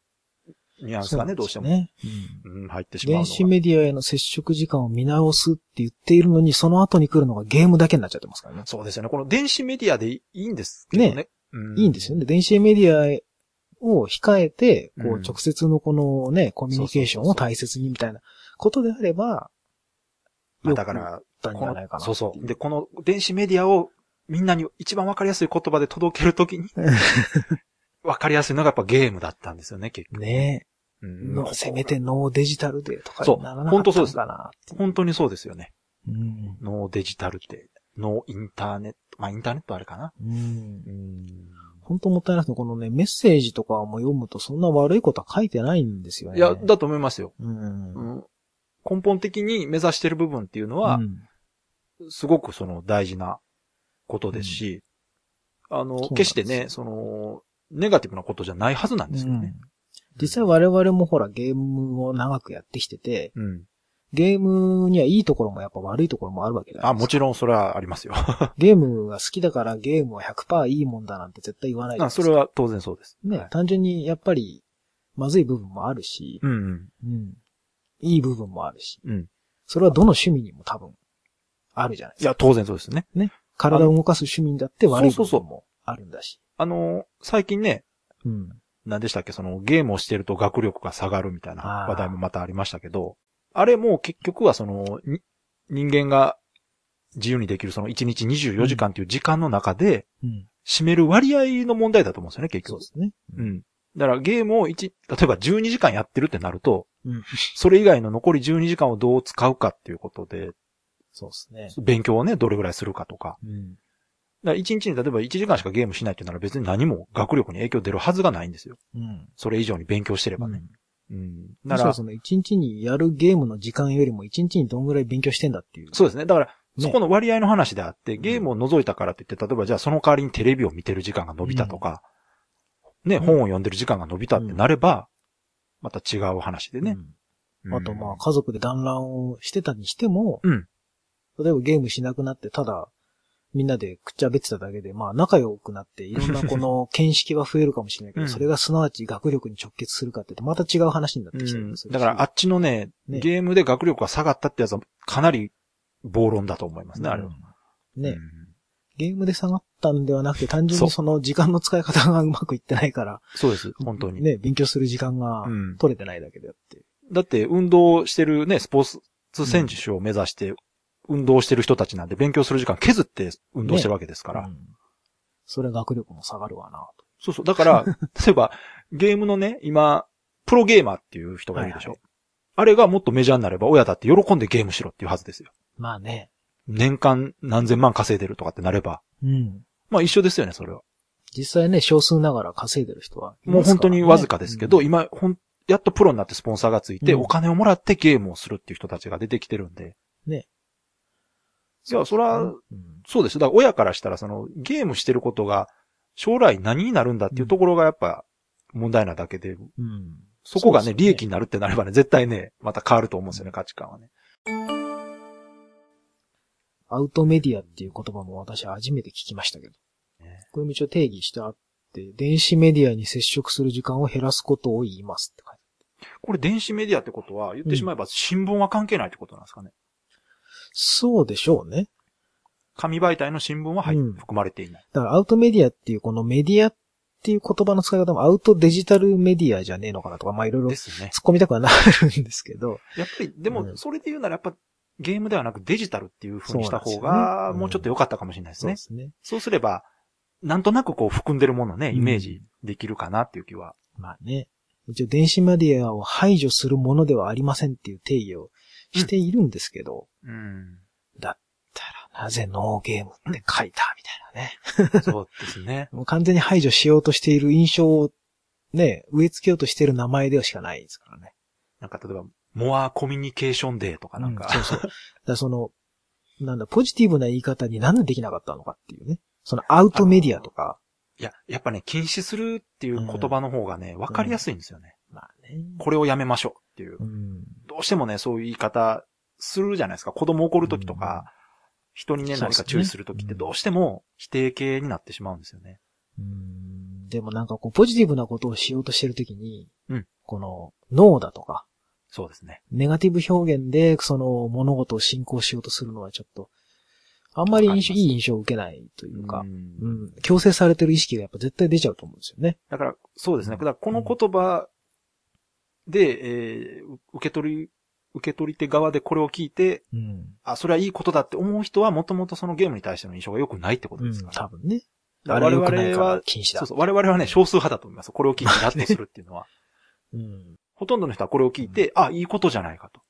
[SPEAKER 2] ニュアンスがね、どうしても、
[SPEAKER 1] ね。
[SPEAKER 2] うん、入ってしまうの
[SPEAKER 1] 電
[SPEAKER 2] が。
[SPEAKER 1] 子メディアへの接触時間を見直すって言っているのに、その後に来るのがゲームだけになっちゃってますからね。
[SPEAKER 2] そうですよね。この電子メディアでいいんですけどね。
[SPEAKER 1] ね
[SPEAKER 2] う
[SPEAKER 1] いいんですよね。電子メディアを控えて、こ
[SPEAKER 2] う
[SPEAKER 1] う、
[SPEAKER 2] ん
[SPEAKER 1] 直接のこのね、コミュニケーションを大切にみたいなことであれば、
[SPEAKER 2] まあだから、
[SPEAKER 1] 良かったんじ
[SPEAKER 2] こ
[SPEAKER 1] ゃないか
[SPEAKER 2] の
[SPEAKER 1] な。
[SPEAKER 2] そうそう。で、この電子メディアをみんなに一番わかりやすい言葉で届けるときに、
[SPEAKER 1] *laughs*
[SPEAKER 2] わかりやすいのがやっぱゲームだったんですよね、結局。
[SPEAKER 1] ね
[SPEAKER 2] う
[SPEAKER 1] え、
[SPEAKER 2] ん
[SPEAKER 1] のせめてノーデジタルでとか
[SPEAKER 2] そう
[SPEAKER 1] にならなか
[SPEAKER 2] 本当
[SPEAKER 1] った
[SPEAKER 2] そう
[SPEAKER 1] の
[SPEAKER 2] です
[SPEAKER 1] かな。
[SPEAKER 2] 本当にそうですよね。
[SPEAKER 1] うん。
[SPEAKER 2] ノーデジタルって、ノーインターネット。まあ、インターネットあれかな。
[SPEAKER 1] うん
[SPEAKER 2] う。ん。
[SPEAKER 1] 本当もったいなくて、このね、メッセージとかも読むとそんな悪いことは書いてないんですよね。
[SPEAKER 2] いや、だと思いますよ。
[SPEAKER 1] うん。
[SPEAKER 2] う
[SPEAKER 1] うん
[SPEAKER 2] ん。根本的に目指してる部分っていうのは、すごくその大事なことですし、あ
[SPEAKER 1] そうな
[SPEAKER 2] の、
[SPEAKER 1] んです
[SPEAKER 2] 決してね、その、ネガティブなことじゃないはずなんですよね。
[SPEAKER 1] 実際我々もほらゲームを長くやってきてて、
[SPEAKER 2] うん。
[SPEAKER 1] ゲームにはいいところもやっぱ悪いところもあるわけだ
[SPEAKER 2] あ、もちろんそれはありますよ。
[SPEAKER 1] ゲームが好きだからゲームは100%いいもんだなんて絶対言わないじゃない
[SPEAKER 2] あ
[SPEAKER 1] ですか
[SPEAKER 2] *laughs* それは当然そうです。
[SPEAKER 1] ね、
[SPEAKER 2] はい
[SPEAKER 1] 単純にやっぱり、まずい部分もあるし、
[SPEAKER 2] うんうん。
[SPEAKER 1] うん。いい部分もあるし、
[SPEAKER 2] うん。
[SPEAKER 1] それはどの趣味にも多分、あるじゃないです
[SPEAKER 2] い
[SPEAKER 1] か。
[SPEAKER 2] や、当然そうですね。
[SPEAKER 1] 体を動かす趣味だって悪い
[SPEAKER 2] そう
[SPEAKER 1] 部
[SPEAKER 2] そうそう
[SPEAKER 1] 分もあるんだし。
[SPEAKER 2] あの、最近ね、
[SPEAKER 1] うん。
[SPEAKER 2] 何でしたっけ、そのゲームをしてると学力が下がるみたいな
[SPEAKER 1] あー
[SPEAKER 2] 話題もまたありましたけど、あれも結局はその、に人間が自由にできるその1日24時間という時間の中で
[SPEAKER 1] うん。
[SPEAKER 2] 占める割合の問題だと思うんですよね、結
[SPEAKER 1] そう
[SPEAKER 2] 局
[SPEAKER 1] で。すね。
[SPEAKER 2] うん。だからゲームを1、例えば12時間やってるってなると、
[SPEAKER 1] うん
[SPEAKER 2] それ以外の残り12時間をどう使うかっていうことで、
[SPEAKER 1] そうですね。
[SPEAKER 2] 勉強をね、どれぐらいするかとか。
[SPEAKER 1] うん。
[SPEAKER 2] だから1日に例えば1時間しかゲームしないってなら別に何も学力に影響出るはずがないんですよ。
[SPEAKER 1] うん。
[SPEAKER 2] それ以上に勉強してればね。うん。
[SPEAKER 1] な
[SPEAKER 2] な
[SPEAKER 1] ら、
[SPEAKER 2] ら、
[SPEAKER 1] その一日にやるゲームの時間よりも一日にどんぐらい勉強してんだっていう。
[SPEAKER 2] そうですね。だから、
[SPEAKER 1] ね
[SPEAKER 2] そこの割合の話であって、ゲームを除いたからって言って、例えばじゃあその代わりにテレビを見てる時間が伸びたとか、ね、
[SPEAKER 1] うん
[SPEAKER 2] 本を読んでる時間が伸びたってなれば、また違う話で
[SPEAKER 1] う
[SPEAKER 2] ね。
[SPEAKER 1] ん
[SPEAKER 2] うん
[SPEAKER 1] あとまあ家族で団らんをしてたにしても、
[SPEAKER 2] うん
[SPEAKER 1] 例えばゲームしなくなってただみんなでくっちゃべってただけで、まあ仲良くなっていろんなこの見識は増えるかもしれないけど、
[SPEAKER 2] うん
[SPEAKER 1] それがすなわち学力に直結するかって言ってまた違う話になってきたりもするし、
[SPEAKER 2] だからあっちのね、
[SPEAKER 1] ね
[SPEAKER 2] ゲームで学力が下がったってやつはかなり暴論だと思いますね、あれは。
[SPEAKER 1] うんね、
[SPEAKER 2] うん
[SPEAKER 1] ゲームで下がったんではなくて単純にその時間の使い方がうまくいってないから、
[SPEAKER 2] そうです、本当に。
[SPEAKER 1] ね、勉強する時間が
[SPEAKER 2] うん
[SPEAKER 1] 取れてないだけであって。
[SPEAKER 2] だって運動してるね、スポーツ選手を目指して、運動してる人たちなんで勉強する時間削って運動してるわけですから。
[SPEAKER 1] うんそれは学力も下がるわなと。
[SPEAKER 2] そうそう。
[SPEAKER 1] *laughs*
[SPEAKER 2] だから、例えば、ゲームのね、今、プロゲーマーっていう人がいるでしょ。
[SPEAKER 1] はい
[SPEAKER 2] あれがもっとメジャーになれば、親だって喜んでゲームしろっていうはずですよ。
[SPEAKER 1] まあね。
[SPEAKER 2] 年間何千万稼いでるとかってなれば。
[SPEAKER 1] うん。
[SPEAKER 2] まあ一緒ですよね、それは。
[SPEAKER 1] 実際ね、少数ながら稼いでる人は、
[SPEAKER 2] もう本当にわずかですけど、
[SPEAKER 1] うん
[SPEAKER 2] 今、ほん、やっとプロになってスポンサーがついて、
[SPEAKER 1] うん
[SPEAKER 2] お金をもらってゲームをするっていう人たちが出てきてるんで。
[SPEAKER 1] ね。
[SPEAKER 2] いや、それは、
[SPEAKER 1] うん
[SPEAKER 2] そうですよ。だから親からしたら、その、ゲームしてることが、将来何になるんだっていうところがやっぱ、問題なだけで、
[SPEAKER 1] うん。
[SPEAKER 2] そこが
[SPEAKER 1] そ
[SPEAKER 2] ね、
[SPEAKER 1] うですよね
[SPEAKER 2] 利益になるってなればね、絶対ね、また変わると思うんですよね、価値観はね。
[SPEAKER 1] アウトメディアっていう言葉も私初めて聞きましたけど
[SPEAKER 2] ね。
[SPEAKER 1] これも一応定義してあって、電子メディアに接触する時間を減らすことを言いますって書いて
[SPEAKER 2] これ電子メディアってことは、言ってしまえば新聞は関係ないってことなんですかね。
[SPEAKER 1] そうでしょうね。
[SPEAKER 2] 紙媒体の新聞は入っ
[SPEAKER 1] うん
[SPEAKER 2] 含まれていない。
[SPEAKER 1] だからアウトメディアっていうこのメディアっていう言葉の使い方もアウトデジタルメディアじゃねえのかなとか、まあいろいろ突
[SPEAKER 2] で
[SPEAKER 1] っ
[SPEAKER 2] すね。
[SPEAKER 1] 込みたくはなるんですけど、
[SPEAKER 2] やっぱり、で
[SPEAKER 1] う
[SPEAKER 2] も、
[SPEAKER 1] ん
[SPEAKER 2] それで言うならやっぱ、ゲームではなくデジタルっていう風にした方
[SPEAKER 1] そうなんです
[SPEAKER 2] が
[SPEAKER 1] よ、ね
[SPEAKER 2] もうちょっと良かったかもしれないです
[SPEAKER 1] そう
[SPEAKER 2] ね
[SPEAKER 1] で。すね。
[SPEAKER 2] そうすれば、なんとなくこう含んでるものをね、イメージできるかなっていう気は。
[SPEAKER 1] まあね。一応電子メディアを排除するものではありませんっていう定義をしているんですけど、 *laughs*
[SPEAKER 2] うん。
[SPEAKER 1] たらなぜノーゲームって書いたみたいなね。
[SPEAKER 2] そうですね。
[SPEAKER 1] もう完全に排除しようとしている印象をね、植え付けようとしている名前ではしかないですからね。
[SPEAKER 2] なんか例えば、モアコミュニケーションデーとかなんか、
[SPEAKER 1] うんそうそう。だからその、なんだ、ポジティブな言い方になんでできなかったのかっていうね。そのアウトメディアとか。
[SPEAKER 2] いや、やっぱね、禁止するっていう言葉の方がね、わかりやすいんですよね。
[SPEAKER 1] まあね。
[SPEAKER 2] これをやめましょうっていう
[SPEAKER 1] う。ん。
[SPEAKER 2] どうしてもね、そういう言い方するじゃないですか。子供怒るときとか、人にね、
[SPEAKER 1] そうで
[SPEAKER 2] 何
[SPEAKER 1] すね
[SPEAKER 2] か注意するときってどうしても否定形になってしまうんですよね。
[SPEAKER 1] うん。でもなんかこう、ポジティブなことをしようとしてるときに、
[SPEAKER 2] うん
[SPEAKER 1] この、ノーだとか、
[SPEAKER 2] そうですね。
[SPEAKER 1] ネガティブ表現で、その、物事を進行しようとするのはちょっと、あんまり
[SPEAKER 2] わ
[SPEAKER 1] 印
[SPEAKER 2] かります
[SPEAKER 1] 象いい印象を受けないというか
[SPEAKER 2] う、
[SPEAKER 1] うんん。強制されてる意識がやっぱ絶対出ちゃうと思うんですよね。
[SPEAKER 2] だから、そうですね。だから、この言葉で、えーう受け取り、受け取り手側でこれを聞いて、
[SPEAKER 1] うん。
[SPEAKER 2] あ、それはいいことだって思う人は、もともとそのゲームに対しての印象が良くないってこと
[SPEAKER 1] う
[SPEAKER 2] で
[SPEAKER 1] ん
[SPEAKER 2] すから。
[SPEAKER 1] 多分ね。
[SPEAKER 2] だから
[SPEAKER 1] あれは
[SPEAKER 2] 我
[SPEAKER 1] 良く
[SPEAKER 2] 々
[SPEAKER 1] ないから
[SPEAKER 2] は、
[SPEAKER 1] 禁止だ
[SPEAKER 2] そうそう、我々はね、少数派だと思います。これを聞いてラッとするってい
[SPEAKER 1] *laughs*
[SPEAKER 2] うのは。
[SPEAKER 1] うん。
[SPEAKER 2] ほとんどの人はこれを聞いて、あ、いいことじゃないかと。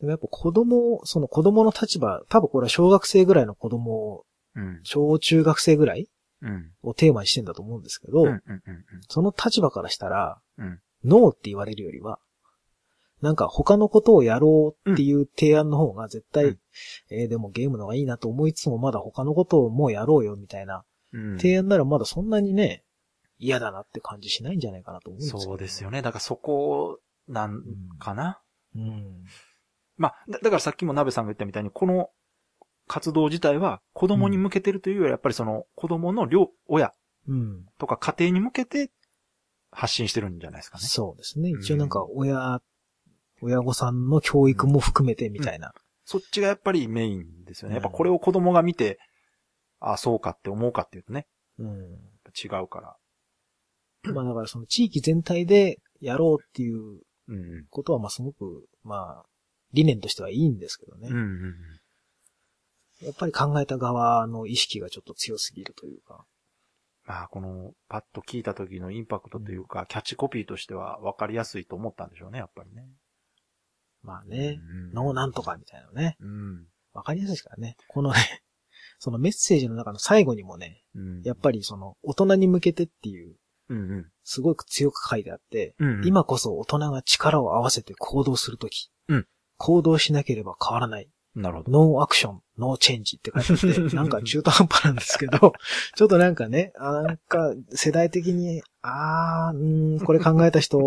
[SPEAKER 1] でもやっぱ子供を、その子供の立場、多分これは小学生ぐらいの子供を、
[SPEAKER 2] うん。
[SPEAKER 1] 小中学生ぐらい
[SPEAKER 2] うん。
[SPEAKER 1] をテーマにしてんだと思うんですけど、
[SPEAKER 2] うんうんうんうん。
[SPEAKER 1] その立場からしたら、
[SPEAKER 2] うん
[SPEAKER 1] ノーって言われるよりは、なんか他のことをやろうっていう提案の方が絶対、
[SPEAKER 2] うん
[SPEAKER 1] えーでもゲームの方がいいなと思いつつもまだ他のことをもうやろうよみたいな
[SPEAKER 2] うん
[SPEAKER 1] 提案ならまだそんなにね、嫌だなって感じしないんじゃないかなと思うんですけど、
[SPEAKER 2] そうですよね。だからそこ、なんかな。
[SPEAKER 1] うん。
[SPEAKER 2] まあ、だだからさっきも鍋さんが言ったみたいに、この活動自体は子供に向けてるというよりは、やっぱりその子供の両親
[SPEAKER 1] うん。
[SPEAKER 2] とか家庭に向けて発信してるんじゃないですかね。
[SPEAKER 1] そうですね。
[SPEAKER 2] うん
[SPEAKER 1] 一応なんか親、親御さんの教育も含めてみたいな。
[SPEAKER 2] そっちがやっぱりメインですよね。
[SPEAKER 1] う
[SPEAKER 2] や
[SPEAKER 1] ん
[SPEAKER 2] っぱこれを子供が見て、あ、そうかって思うかっていうとね、
[SPEAKER 1] うん。
[SPEAKER 2] 違うから。
[SPEAKER 1] まあだからその地域全体でやろうっていう
[SPEAKER 2] うん。
[SPEAKER 1] ことはまあすごく、まあ、理念としてはいいんですけどね。
[SPEAKER 2] うんうんうん。
[SPEAKER 1] やっぱり考えた側の意識がちょっと強すぎるというか。
[SPEAKER 2] まあ、この、パッと聞いた時のインパクトというか、キャッチコピーとしては分かりやすいと思ったんでしょうね、やっぱりね。
[SPEAKER 1] まあね、
[SPEAKER 2] うん
[SPEAKER 1] のなんとかみたいなのね。
[SPEAKER 2] うん。
[SPEAKER 1] わかりやすいですからね。このね、 *laughs* そのメッセージの中の最後にもね、
[SPEAKER 2] うん。
[SPEAKER 1] やっぱりその大人に向けてっていう、
[SPEAKER 2] うんうん。
[SPEAKER 1] すごく強く書いてあって、
[SPEAKER 2] うんうん、
[SPEAKER 1] 今こそ大人が力を合わせて行動するとき、
[SPEAKER 2] うん
[SPEAKER 1] 行動しなければ変わらない。
[SPEAKER 2] なるほど。
[SPEAKER 1] ノーアクション、ノーチェンジって書いて
[SPEAKER 2] *laughs*
[SPEAKER 1] あって、なんか中途半端なんですけど、 *laughs* ちょっとなんかね、あなんか世代的に、あー、うーんこれ考えた人、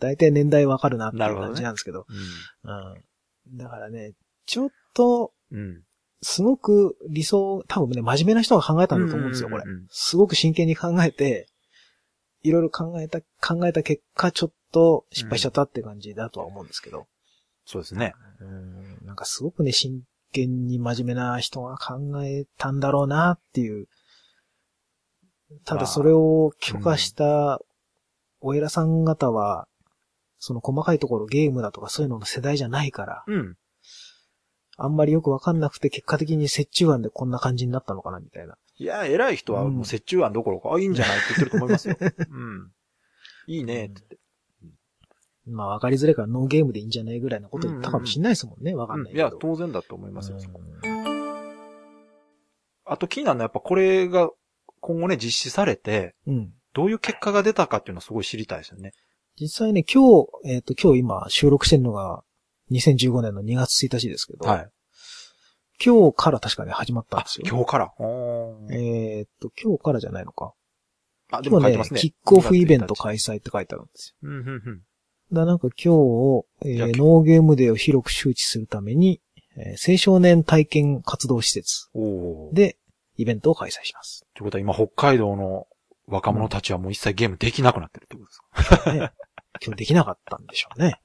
[SPEAKER 1] 大体年代わかるなっていう感じなんですけどうん。だからね、ちょっと、
[SPEAKER 2] うん。うん。
[SPEAKER 1] すごく理想、多分ね、真面目な人が考えたんだと思うんですよ、
[SPEAKER 2] うん
[SPEAKER 1] こ
[SPEAKER 2] うんう
[SPEAKER 1] れ
[SPEAKER 2] んうん。
[SPEAKER 1] すごく真剣に考えて、いろいろ考えた、考えた結果、ちょっと失敗しちゃったって感じだとは思うんですけど。
[SPEAKER 2] そうですね。
[SPEAKER 1] うん、なんかすごくね、真剣に真面目な人が考えたんだろうなっていう。た
[SPEAKER 2] ま
[SPEAKER 1] だ
[SPEAKER 2] あ
[SPEAKER 1] それを許可した、お偉さん方は、その細かいところゲームだとかそういうのの世代じゃないから、
[SPEAKER 2] うん。
[SPEAKER 1] あんまりよくわかんなくて結果的に折衷案でこんな感じになったのかなみたいな。
[SPEAKER 2] いや、偉い人は
[SPEAKER 1] うん
[SPEAKER 2] もう折衷案どころか、あ、いいんじゃないって言ってると思いま
[SPEAKER 1] *laughs*
[SPEAKER 2] すよ。うん。いいねって言って。
[SPEAKER 1] まあわかりづらいからノーゲームでいいんじゃないぐらいのこと言ったかもしれないですもんね。わかんない
[SPEAKER 2] うん
[SPEAKER 1] け
[SPEAKER 2] い
[SPEAKER 1] ど。
[SPEAKER 2] や、当然だと思いますよ、そこ
[SPEAKER 1] う
[SPEAKER 2] あと気になるのはやっぱこれが今後ね、実施されて、
[SPEAKER 1] んうん。
[SPEAKER 2] どういう結果が出たかっていうのはすごい知りたいですよね。
[SPEAKER 1] 実際ね、今日、えっ、と、今日今収録してるのが2015年の2月1日ですけど、
[SPEAKER 2] はい。
[SPEAKER 1] 今日から確かね、始まったんですよ。
[SPEAKER 2] 今日から。おー
[SPEAKER 1] えっ、と、今日からじゃないのか。
[SPEAKER 2] あ、で
[SPEAKER 1] 今日
[SPEAKER 2] も書
[SPEAKER 1] ね
[SPEAKER 2] いてますね。
[SPEAKER 1] キックオフイベント開催って書いてあるんですよ。
[SPEAKER 2] うんうんう
[SPEAKER 1] だ
[SPEAKER 2] ん。
[SPEAKER 1] からなんか今日を、えー
[SPEAKER 2] 野球
[SPEAKER 1] ノーゲームデーを広く周知するために、えー青少年体験活動施設
[SPEAKER 2] おお。で、
[SPEAKER 1] でイベントを開催し
[SPEAKER 2] *laughs*
[SPEAKER 1] ます。
[SPEAKER 2] ということは今北海道の若者たちはもう一切ゲームできなくなってるってことですか
[SPEAKER 1] ね、今日できなかったんでしょうね。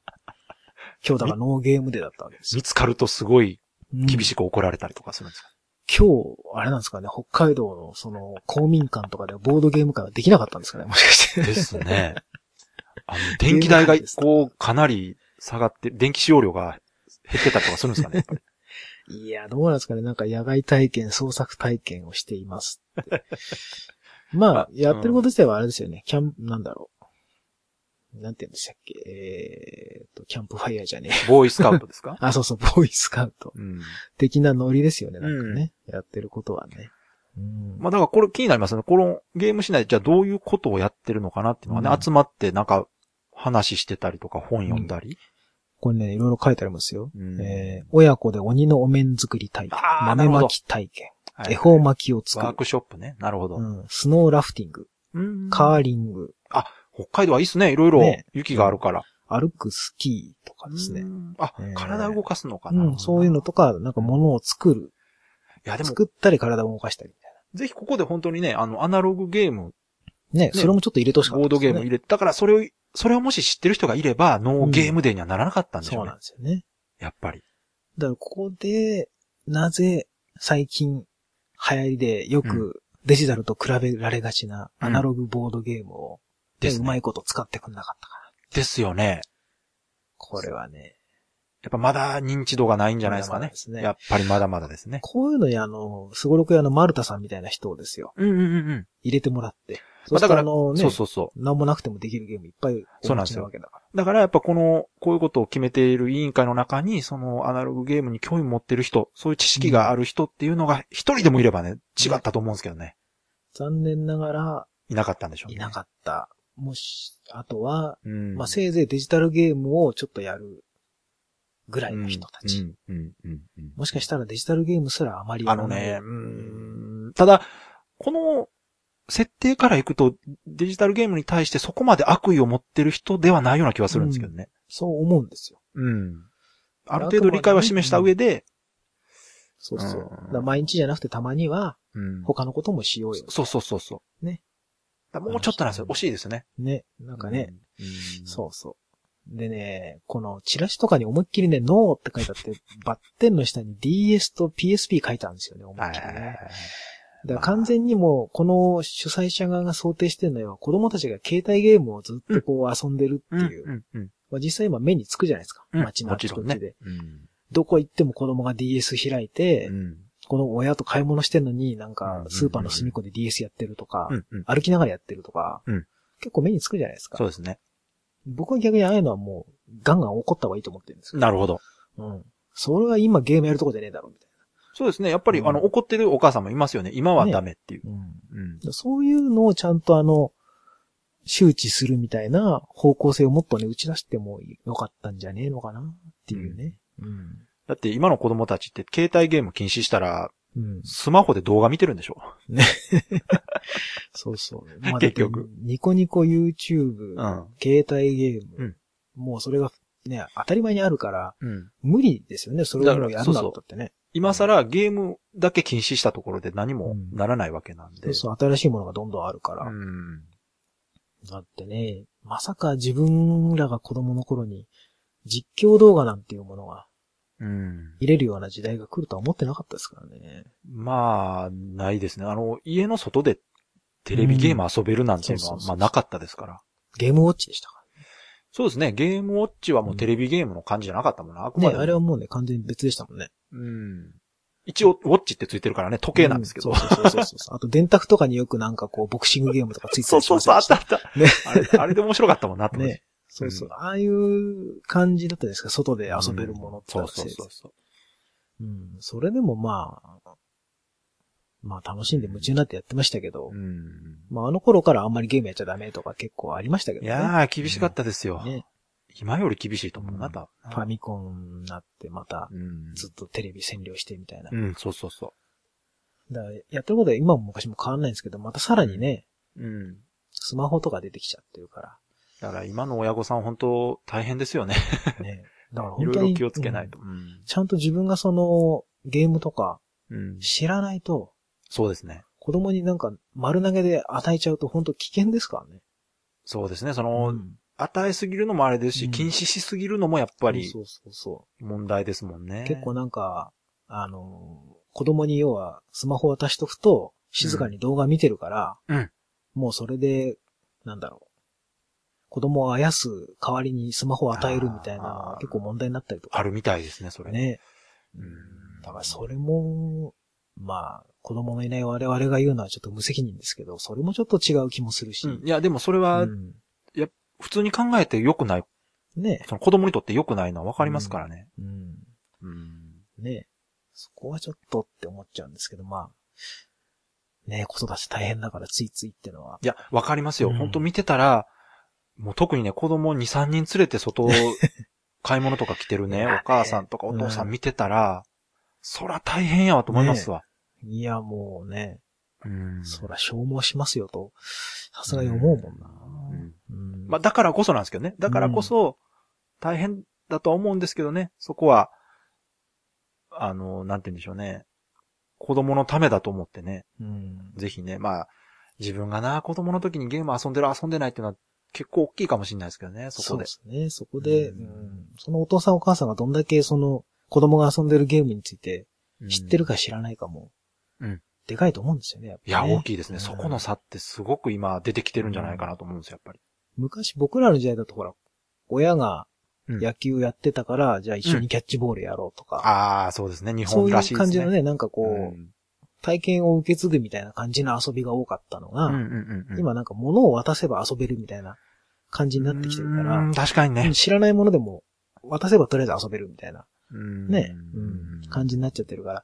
[SPEAKER 1] 今日だからノーゲームデーだったわけですよ
[SPEAKER 2] 見。つかるとすごい厳
[SPEAKER 1] い。
[SPEAKER 2] しく怒られたりとかするんですか、
[SPEAKER 1] 今日、あれなんですかね、北海道のその公民館とかでボードゲーム会はできなかったん
[SPEAKER 2] *laughs*
[SPEAKER 1] ですかね、もしかして。
[SPEAKER 2] です *laughs* ね。あの、電気代が
[SPEAKER 1] ゲーム会です、か
[SPEAKER 2] こう、かなり下がって、電気使用量が減ってたりとかするんですかね、やっ *laughs* ぱり。
[SPEAKER 1] いや、どうなんですかね、なんか野外体験、創作体験をしています
[SPEAKER 2] *laughs*
[SPEAKER 1] って。まあ
[SPEAKER 2] あ、
[SPEAKER 1] やってること自体はあれですよね、キャンプ、なんだろう。なんて言うんでしたっけ、えーっと、キャンプファイヤーじゃねえ。
[SPEAKER 2] ボーイスカウトです *laughs* か
[SPEAKER 1] あ、そうそう、ボーイスカウト
[SPEAKER 2] うん。
[SPEAKER 1] 的なノリですよね、なんかね。やってることはね。うん
[SPEAKER 2] まあだからこれ気になりますね。このゲームしないじゃあどういうことをやってるのかなっていうのがね、
[SPEAKER 1] うん
[SPEAKER 2] 集まってなんか話してたりとか本読んだり。
[SPEAKER 1] これね、いろいろ書いてありますよ。
[SPEAKER 2] うん
[SPEAKER 1] えー親子で鬼のお面作り体験
[SPEAKER 2] あー、な
[SPEAKER 1] 豆
[SPEAKER 2] るほど
[SPEAKER 1] 巻き体験、
[SPEAKER 2] はい
[SPEAKER 1] 恵方巻きを作
[SPEAKER 2] ワー
[SPEAKER 1] る、
[SPEAKER 2] クショップね。なるほど。
[SPEAKER 1] うん、スノーラフティング、
[SPEAKER 2] うん
[SPEAKER 1] カーリング、
[SPEAKER 2] 北海道はいいっすね。いろいろ
[SPEAKER 1] ね
[SPEAKER 2] 雪があるから。
[SPEAKER 1] 歩くスキーとかですね
[SPEAKER 2] う。んあ
[SPEAKER 1] えー、
[SPEAKER 2] 体動かすのか
[SPEAKER 1] う
[SPEAKER 2] な、
[SPEAKER 1] ん、そういうのとか、なんか物を作る。
[SPEAKER 2] いや、でも、
[SPEAKER 1] 作ったり体を動かしたりみたい
[SPEAKER 2] ぜひここで本当にね、あの、アナログゲーム、
[SPEAKER 1] な。ね、
[SPEAKER 2] ね
[SPEAKER 1] それもちょっと入れてほしかっ
[SPEAKER 2] ボー
[SPEAKER 1] た
[SPEAKER 2] ド
[SPEAKER 1] です
[SPEAKER 2] ゲ
[SPEAKER 1] ね、
[SPEAKER 2] ーム入れて、だからそれを、それをもし知ってる人がいれば、ノーゲームデーにはならなかったんでし
[SPEAKER 1] そ
[SPEAKER 2] ょ
[SPEAKER 1] う
[SPEAKER 2] うね
[SPEAKER 1] なん。ですよね。
[SPEAKER 2] やっぱり。
[SPEAKER 1] だからここで、なぜ最近流行りでよくデジタルと比べられがちなアナログボードゲームを、ね
[SPEAKER 2] です
[SPEAKER 1] う
[SPEAKER 2] ね
[SPEAKER 1] まいこと使ってくんなかったかな。
[SPEAKER 2] ですよね。
[SPEAKER 1] これはね、
[SPEAKER 2] やっぱまだ認知度がないんじゃないですか
[SPEAKER 1] まだまだ
[SPEAKER 2] ね
[SPEAKER 1] で。すね
[SPEAKER 2] やっぱりまだまだですね。
[SPEAKER 1] こういうのにあの、すごろく屋の丸田さんみたいな人をですよ、
[SPEAKER 2] うんうんうんうん。
[SPEAKER 1] 入れてもらって。
[SPEAKER 2] まあだか
[SPEAKER 1] そうす
[SPEAKER 2] ら
[SPEAKER 1] るとあのね、
[SPEAKER 2] そうそうそ
[SPEAKER 1] なんもなくてもできるゲームいっぱい
[SPEAKER 2] そうなんです
[SPEAKER 1] よ
[SPEAKER 2] よ
[SPEAKER 1] わけだから。
[SPEAKER 2] う。だからやっぱこの、こういうことを決めている委員会の中に、そのアナログゲームに興味持ってる人、そういう知識がある人っていうのが一人でもいればね、違ったと思うんですけどね。
[SPEAKER 1] 残念ながら、
[SPEAKER 2] いなかったんでしょうね。
[SPEAKER 1] いなかった。もし、あとは、
[SPEAKER 2] うん。
[SPEAKER 1] まあ、せいぜいデジタルゲームをちょっとやるぐらいの人たち。
[SPEAKER 2] うんうんうんうん
[SPEAKER 1] もしかしたらデジタルゲームすらあまりや
[SPEAKER 2] あ
[SPEAKER 1] ら
[SPEAKER 2] の
[SPEAKER 1] ない
[SPEAKER 2] ね、うーんただ、この設定からいくと、デジタルゲームに対してそこまで悪意を持ってる人ではないような気はするんですけどね。
[SPEAKER 1] そう思うんですよ。
[SPEAKER 2] うん。ある程度理解は示した上で、
[SPEAKER 1] そうそう。
[SPEAKER 2] う
[SPEAKER 1] だ
[SPEAKER 2] ん
[SPEAKER 1] から毎日じゃなくてたまには、
[SPEAKER 2] うん
[SPEAKER 1] 他のこともしようよ。
[SPEAKER 2] そうそうそうそう。
[SPEAKER 1] ね。
[SPEAKER 2] だからもうちょっとなんですよ。惜しいですね。
[SPEAKER 1] ね。なんかね、
[SPEAKER 2] うん。
[SPEAKER 1] そうそう。でね、このチラシとかに思いっきりね、ノーって書いてあって、 *laughs* バッテンの下に DS と PSP 書いてあるんですよね、思い
[SPEAKER 2] は
[SPEAKER 1] っ
[SPEAKER 2] い
[SPEAKER 1] きり
[SPEAKER 2] はいはいはい
[SPEAKER 1] ね。だから完全にもう、この主催者側が想定してるのは、子供たちが携帯ゲームをずっとこう遊んでるって
[SPEAKER 2] うん
[SPEAKER 1] いう。
[SPEAKER 2] うんうん
[SPEAKER 1] まあ実際今目につくじゃないですか。
[SPEAKER 2] うん。
[SPEAKER 1] 街のあちこちで。
[SPEAKER 2] うん
[SPEAKER 1] どこ行っても子供が DS 開いて、
[SPEAKER 2] うん
[SPEAKER 1] この親と買い物してんのになん
[SPEAKER 2] うんうん
[SPEAKER 1] か
[SPEAKER 2] うん
[SPEAKER 1] スーパーの隅っこで DS やってるとか、
[SPEAKER 2] うんうん。
[SPEAKER 1] 歩きながらやってるとか、
[SPEAKER 2] うん
[SPEAKER 1] 結構目につくじゃないですか。
[SPEAKER 2] そうですね。
[SPEAKER 1] 僕は逆にああいうのはもうガンガン怒った方がいいと思ってるんですよ。
[SPEAKER 2] なるほど。
[SPEAKER 1] うん。それは今ゲームやるとこじゃねえだろ、みたい
[SPEAKER 2] そうですね。やっぱり、
[SPEAKER 1] うん
[SPEAKER 2] あの、怒ってるお母さんもいますよね。今はダメっていう。
[SPEAKER 1] な。
[SPEAKER 2] うん。
[SPEAKER 1] うん。そういうのをちゃんとあの、周知するみたいな方向性をもっとね、打ち出してもよかったんじゃねえのかなっていうね。うん。
[SPEAKER 2] だって今の子供たちって携帯ゲーム禁止したら、
[SPEAKER 1] うん。
[SPEAKER 2] スマホで動画見てるんでしょ
[SPEAKER 1] そう *laughs* そう。まあ、
[SPEAKER 2] 結局
[SPEAKER 1] だってニコニコ YouTube、
[SPEAKER 2] ん。
[SPEAKER 1] 携帯ゲーム、
[SPEAKER 2] うん
[SPEAKER 1] もうそれがね、当たり前にあるから、
[SPEAKER 2] うん。
[SPEAKER 1] 無理ですよね。それをもうやる
[SPEAKER 2] だ
[SPEAKER 1] な
[SPEAKER 2] から
[SPEAKER 1] ったってね。
[SPEAKER 2] 今更ゲームだけ禁止したところで何もならないわけなんで。
[SPEAKER 1] そうそう、新しいものがどんどんあるから。
[SPEAKER 2] うん。
[SPEAKER 1] だってね、まさか自分らが子供の頃に、実況動画なんていうものが
[SPEAKER 2] うん。
[SPEAKER 1] 見れるような時代が来るとは思ってなかったですからね。
[SPEAKER 2] まあ、ないですね。あの、家の外でテレビゲーム遊べるなんていうの
[SPEAKER 1] う
[SPEAKER 2] は、
[SPEAKER 1] んそうそうそう
[SPEAKER 2] まあなかったですから。
[SPEAKER 1] ゲームウォッチでしたか
[SPEAKER 2] そうですね。ゲームウォッチはもうテレビゲームの感じじゃなかったもんな。あく
[SPEAKER 1] らね。
[SPEAKER 2] までも。
[SPEAKER 1] あれはもうね、完全に別でしたもんね。
[SPEAKER 2] うん。一応、ウォッチってついてるからね、時計なんですけど。 *laughs*
[SPEAKER 1] うそうそうそうそう。あと、電卓とかによくなんかこう、ボクシングゲームとかついてたりしませんでした
[SPEAKER 2] あったあった。
[SPEAKER 1] ね
[SPEAKER 2] あれ、あれで面白かったもんな、と思って
[SPEAKER 1] ね。そうそう。
[SPEAKER 2] うん
[SPEAKER 1] ああいう感じだったじゃないですか、外で遊べるものって
[SPEAKER 2] そ
[SPEAKER 1] 言っ
[SPEAKER 2] う
[SPEAKER 1] たら
[SPEAKER 2] そう
[SPEAKER 1] せいぜい
[SPEAKER 2] そうそう。
[SPEAKER 1] うん。それでもまあ、まあ楽しんで夢中になってやってましたけど、
[SPEAKER 2] うん。
[SPEAKER 1] まああの頃からあんまりゲームやっちゃダメとか結構ありましたけど
[SPEAKER 2] い
[SPEAKER 1] ね。
[SPEAKER 2] やー、厳しかったですよ。
[SPEAKER 1] ね。
[SPEAKER 2] 今より厳しいと思う
[SPEAKER 1] う
[SPEAKER 2] な、
[SPEAKER 1] ん
[SPEAKER 2] 多
[SPEAKER 1] ファ
[SPEAKER 2] 分。
[SPEAKER 1] ミコンになってまた
[SPEAKER 2] うん。
[SPEAKER 1] ずっとテレビ占領してみたいな。
[SPEAKER 2] うん、そうそうそ
[SPEAKER 1] だからやってることは今も昔も変わんないんですけど、またさらにね、
[SPEAKER 2] う。うん。
[SPEAKER 1] スマホとか出てきちゃってるから、
[SPEAKER 2] だから今の親御さん本当大変ですよね。 *laughs*
[SPEAKER 1] ね。だから
[SPEAKER 2] い
[SPEAKER 1] 本
[SPEAKER 2] ろい
[SPEAKER 1] 当に。
[SPEAKER 2] ろ気をつけないと。
[SPEAKER 1] うん
[SPEAKER 2] うん
[SPEAKER 1] ちゃんと自分がその、ゲームとか
[SPEAKER 2] うん。
[SPEAKER 1] 知らないと、
[SPEAKER 2] そうですね。
[SPEAKER 1] 子供になんか丸投げで与えちゃうと本当危険ですからね。
[SPEAKER 2] そうですね。そうの、
[SPEAKER 1] ん
[SPEAKER 2] 与えすぎるのもあれです
[SPEAKER 1] う
[SPEAKER 2] し、
[SPEAKER 1] ん
[SPEAKER 2] 禁止しすぎるのもやっぱり
[SPEAKER 1] そうそうそうそ
[SPEAKER 2] 問題ですもんね
[SPEAKER 1] う。。結構なんか、あの、子供に要はスマホ渡しとくと、静かに動画見てるから、
[SPEAKER 2] うん
[SPEAKER 1] もうそれで、なんだろう。子供をあやす代わりにスマホを与えるみたいなの
[SPEAKER 2] あ
[SPEAKER 1] が
[SPEAKER 2] ー
[SPEAKER 1] 結構問題になったりと
[SPEAKER 2] あ
[SPEAKER 1] か。
[SPEAKER 2] るみたいですね、それ。
[SPEAKER 1] ね。
[SPEAKER 2] うん
[SPEAKER 1] だからそれも、まあ、子供のいない我々が言うのはちょっと無責任ですけど、それもちょっと違う気もするし。
[SPEAKER 2] うんいや、でもそれは
[SPEAKER 1] うん
[SPEAKER 2] 普通に考えて良くない、
[SPEAKER 1] ね。
[SPEAKER 2] その子供にとって良くないのはわかりますからね。
[SPEAKER 1] うん。
[SPEAKER 2] うん。
[SPEAKER 1] ね。そこはちょっとって思っちゃうんですけど、まあ。ね子育て大変だからついついってのは。
[SPEAKER 2] いや、わかりますよ。
[SPEAKER 1] うん
[SPEAKER 2] ほん、本当見てたら、もう特にね、子供2、3人連れて外、
[SPEAKER 1] *laughs*
[SPEAKER 2] 買い物とか来てる
[SPEAKER 1] い
[SPEAKER 2] ね、
[SPEAKER 1] や
[SPEAKER 2] お
[SPEAKER 1] ね
[SPEAKER 2] 母さんとかお父さん見てたら、そら大変やわと思いますわ。
[SPEAKER 1] いや、もうね、
[SPEAKER 2] うん。
[SPEAKER 1] そら消耗しますよと、さすがに思うもんな。
[SPEAKER 2] うん
[SPEAKER 1] うん。
[SPEAKER 2] まあ、だからこそなんですけどね。だからこそ、大変だとは思うんですけどね。そこは、あの、なんて言うんでしょうね。子供のためだと思ってね。
[SPEAKER 1] うん。
[SPEAKER 2] ぜひね、まあ、自分がな、子供の時にゲーム遊んでる遊んでないっていうのは結構大きいかもしれないですけどね、そこで。
[SPEAKER 1] そうですね。そこで、
[SPEAKER 2] う
[SPEAKER 1] うんんそのお父さんお母さんがどんだけその子供が遊んでるゲームについて知ってるか知らないかも、
[SPEAKER 2] うん
[SPEAKER 1] でかいと思うんですよね。やっぱ
[SPEAKER 2] いや、
[SPEAKER 1] ね
[SPEAKER 2] 大きいですね。
[SPEAKER 1] うん
[SPEAKER 2] そこの差ってすごく今出てきてるんじゃないかなと思うんですよ、やっぱり。
[SPEAKER 1] 昔僕らの時代だとほら、親が
[SPEAKER 2] うん
[SPEAKER 1] 野球やってたから、じゃあ一緒にキャッチボールやろうとか、
[SPEAKER 2] ああ、そうですね。日
[SPEAKER 1] そ
[SPEAKER 2] 本
[SPEAKER 1] うい
[SPEAKER 2] らし
[SPEAKER 1] う
[SPEAKER 2] いで
[SPEAKER 1] 感
[SPEAKER 2] すね。
[SPEAKER 1] じのね、なんかこう、
[SPEAKER 2] ん
[SPEAKER 1] 体験を受け継ぐみたいな感じの遊びが多かったのが、
[SPEAKER 2] うんうんうんうん、
[SPEAKER 1] 今なんか物を渡せば遊べるみたいな感じになってきてるか
[SPEAKER 2] う
[SPEAKER 1] ら
[SPEAKER 2] ん、確かにね。
[SPEAKER 1] 知らないものでも渡せばとりあえず遊べるみたいな
[SPEAKER 2] うん
[SPEAKER 1] ね、う
[SPEAKER 2] うん
[SPEAKER 1] ん、感じになっちゃってるから、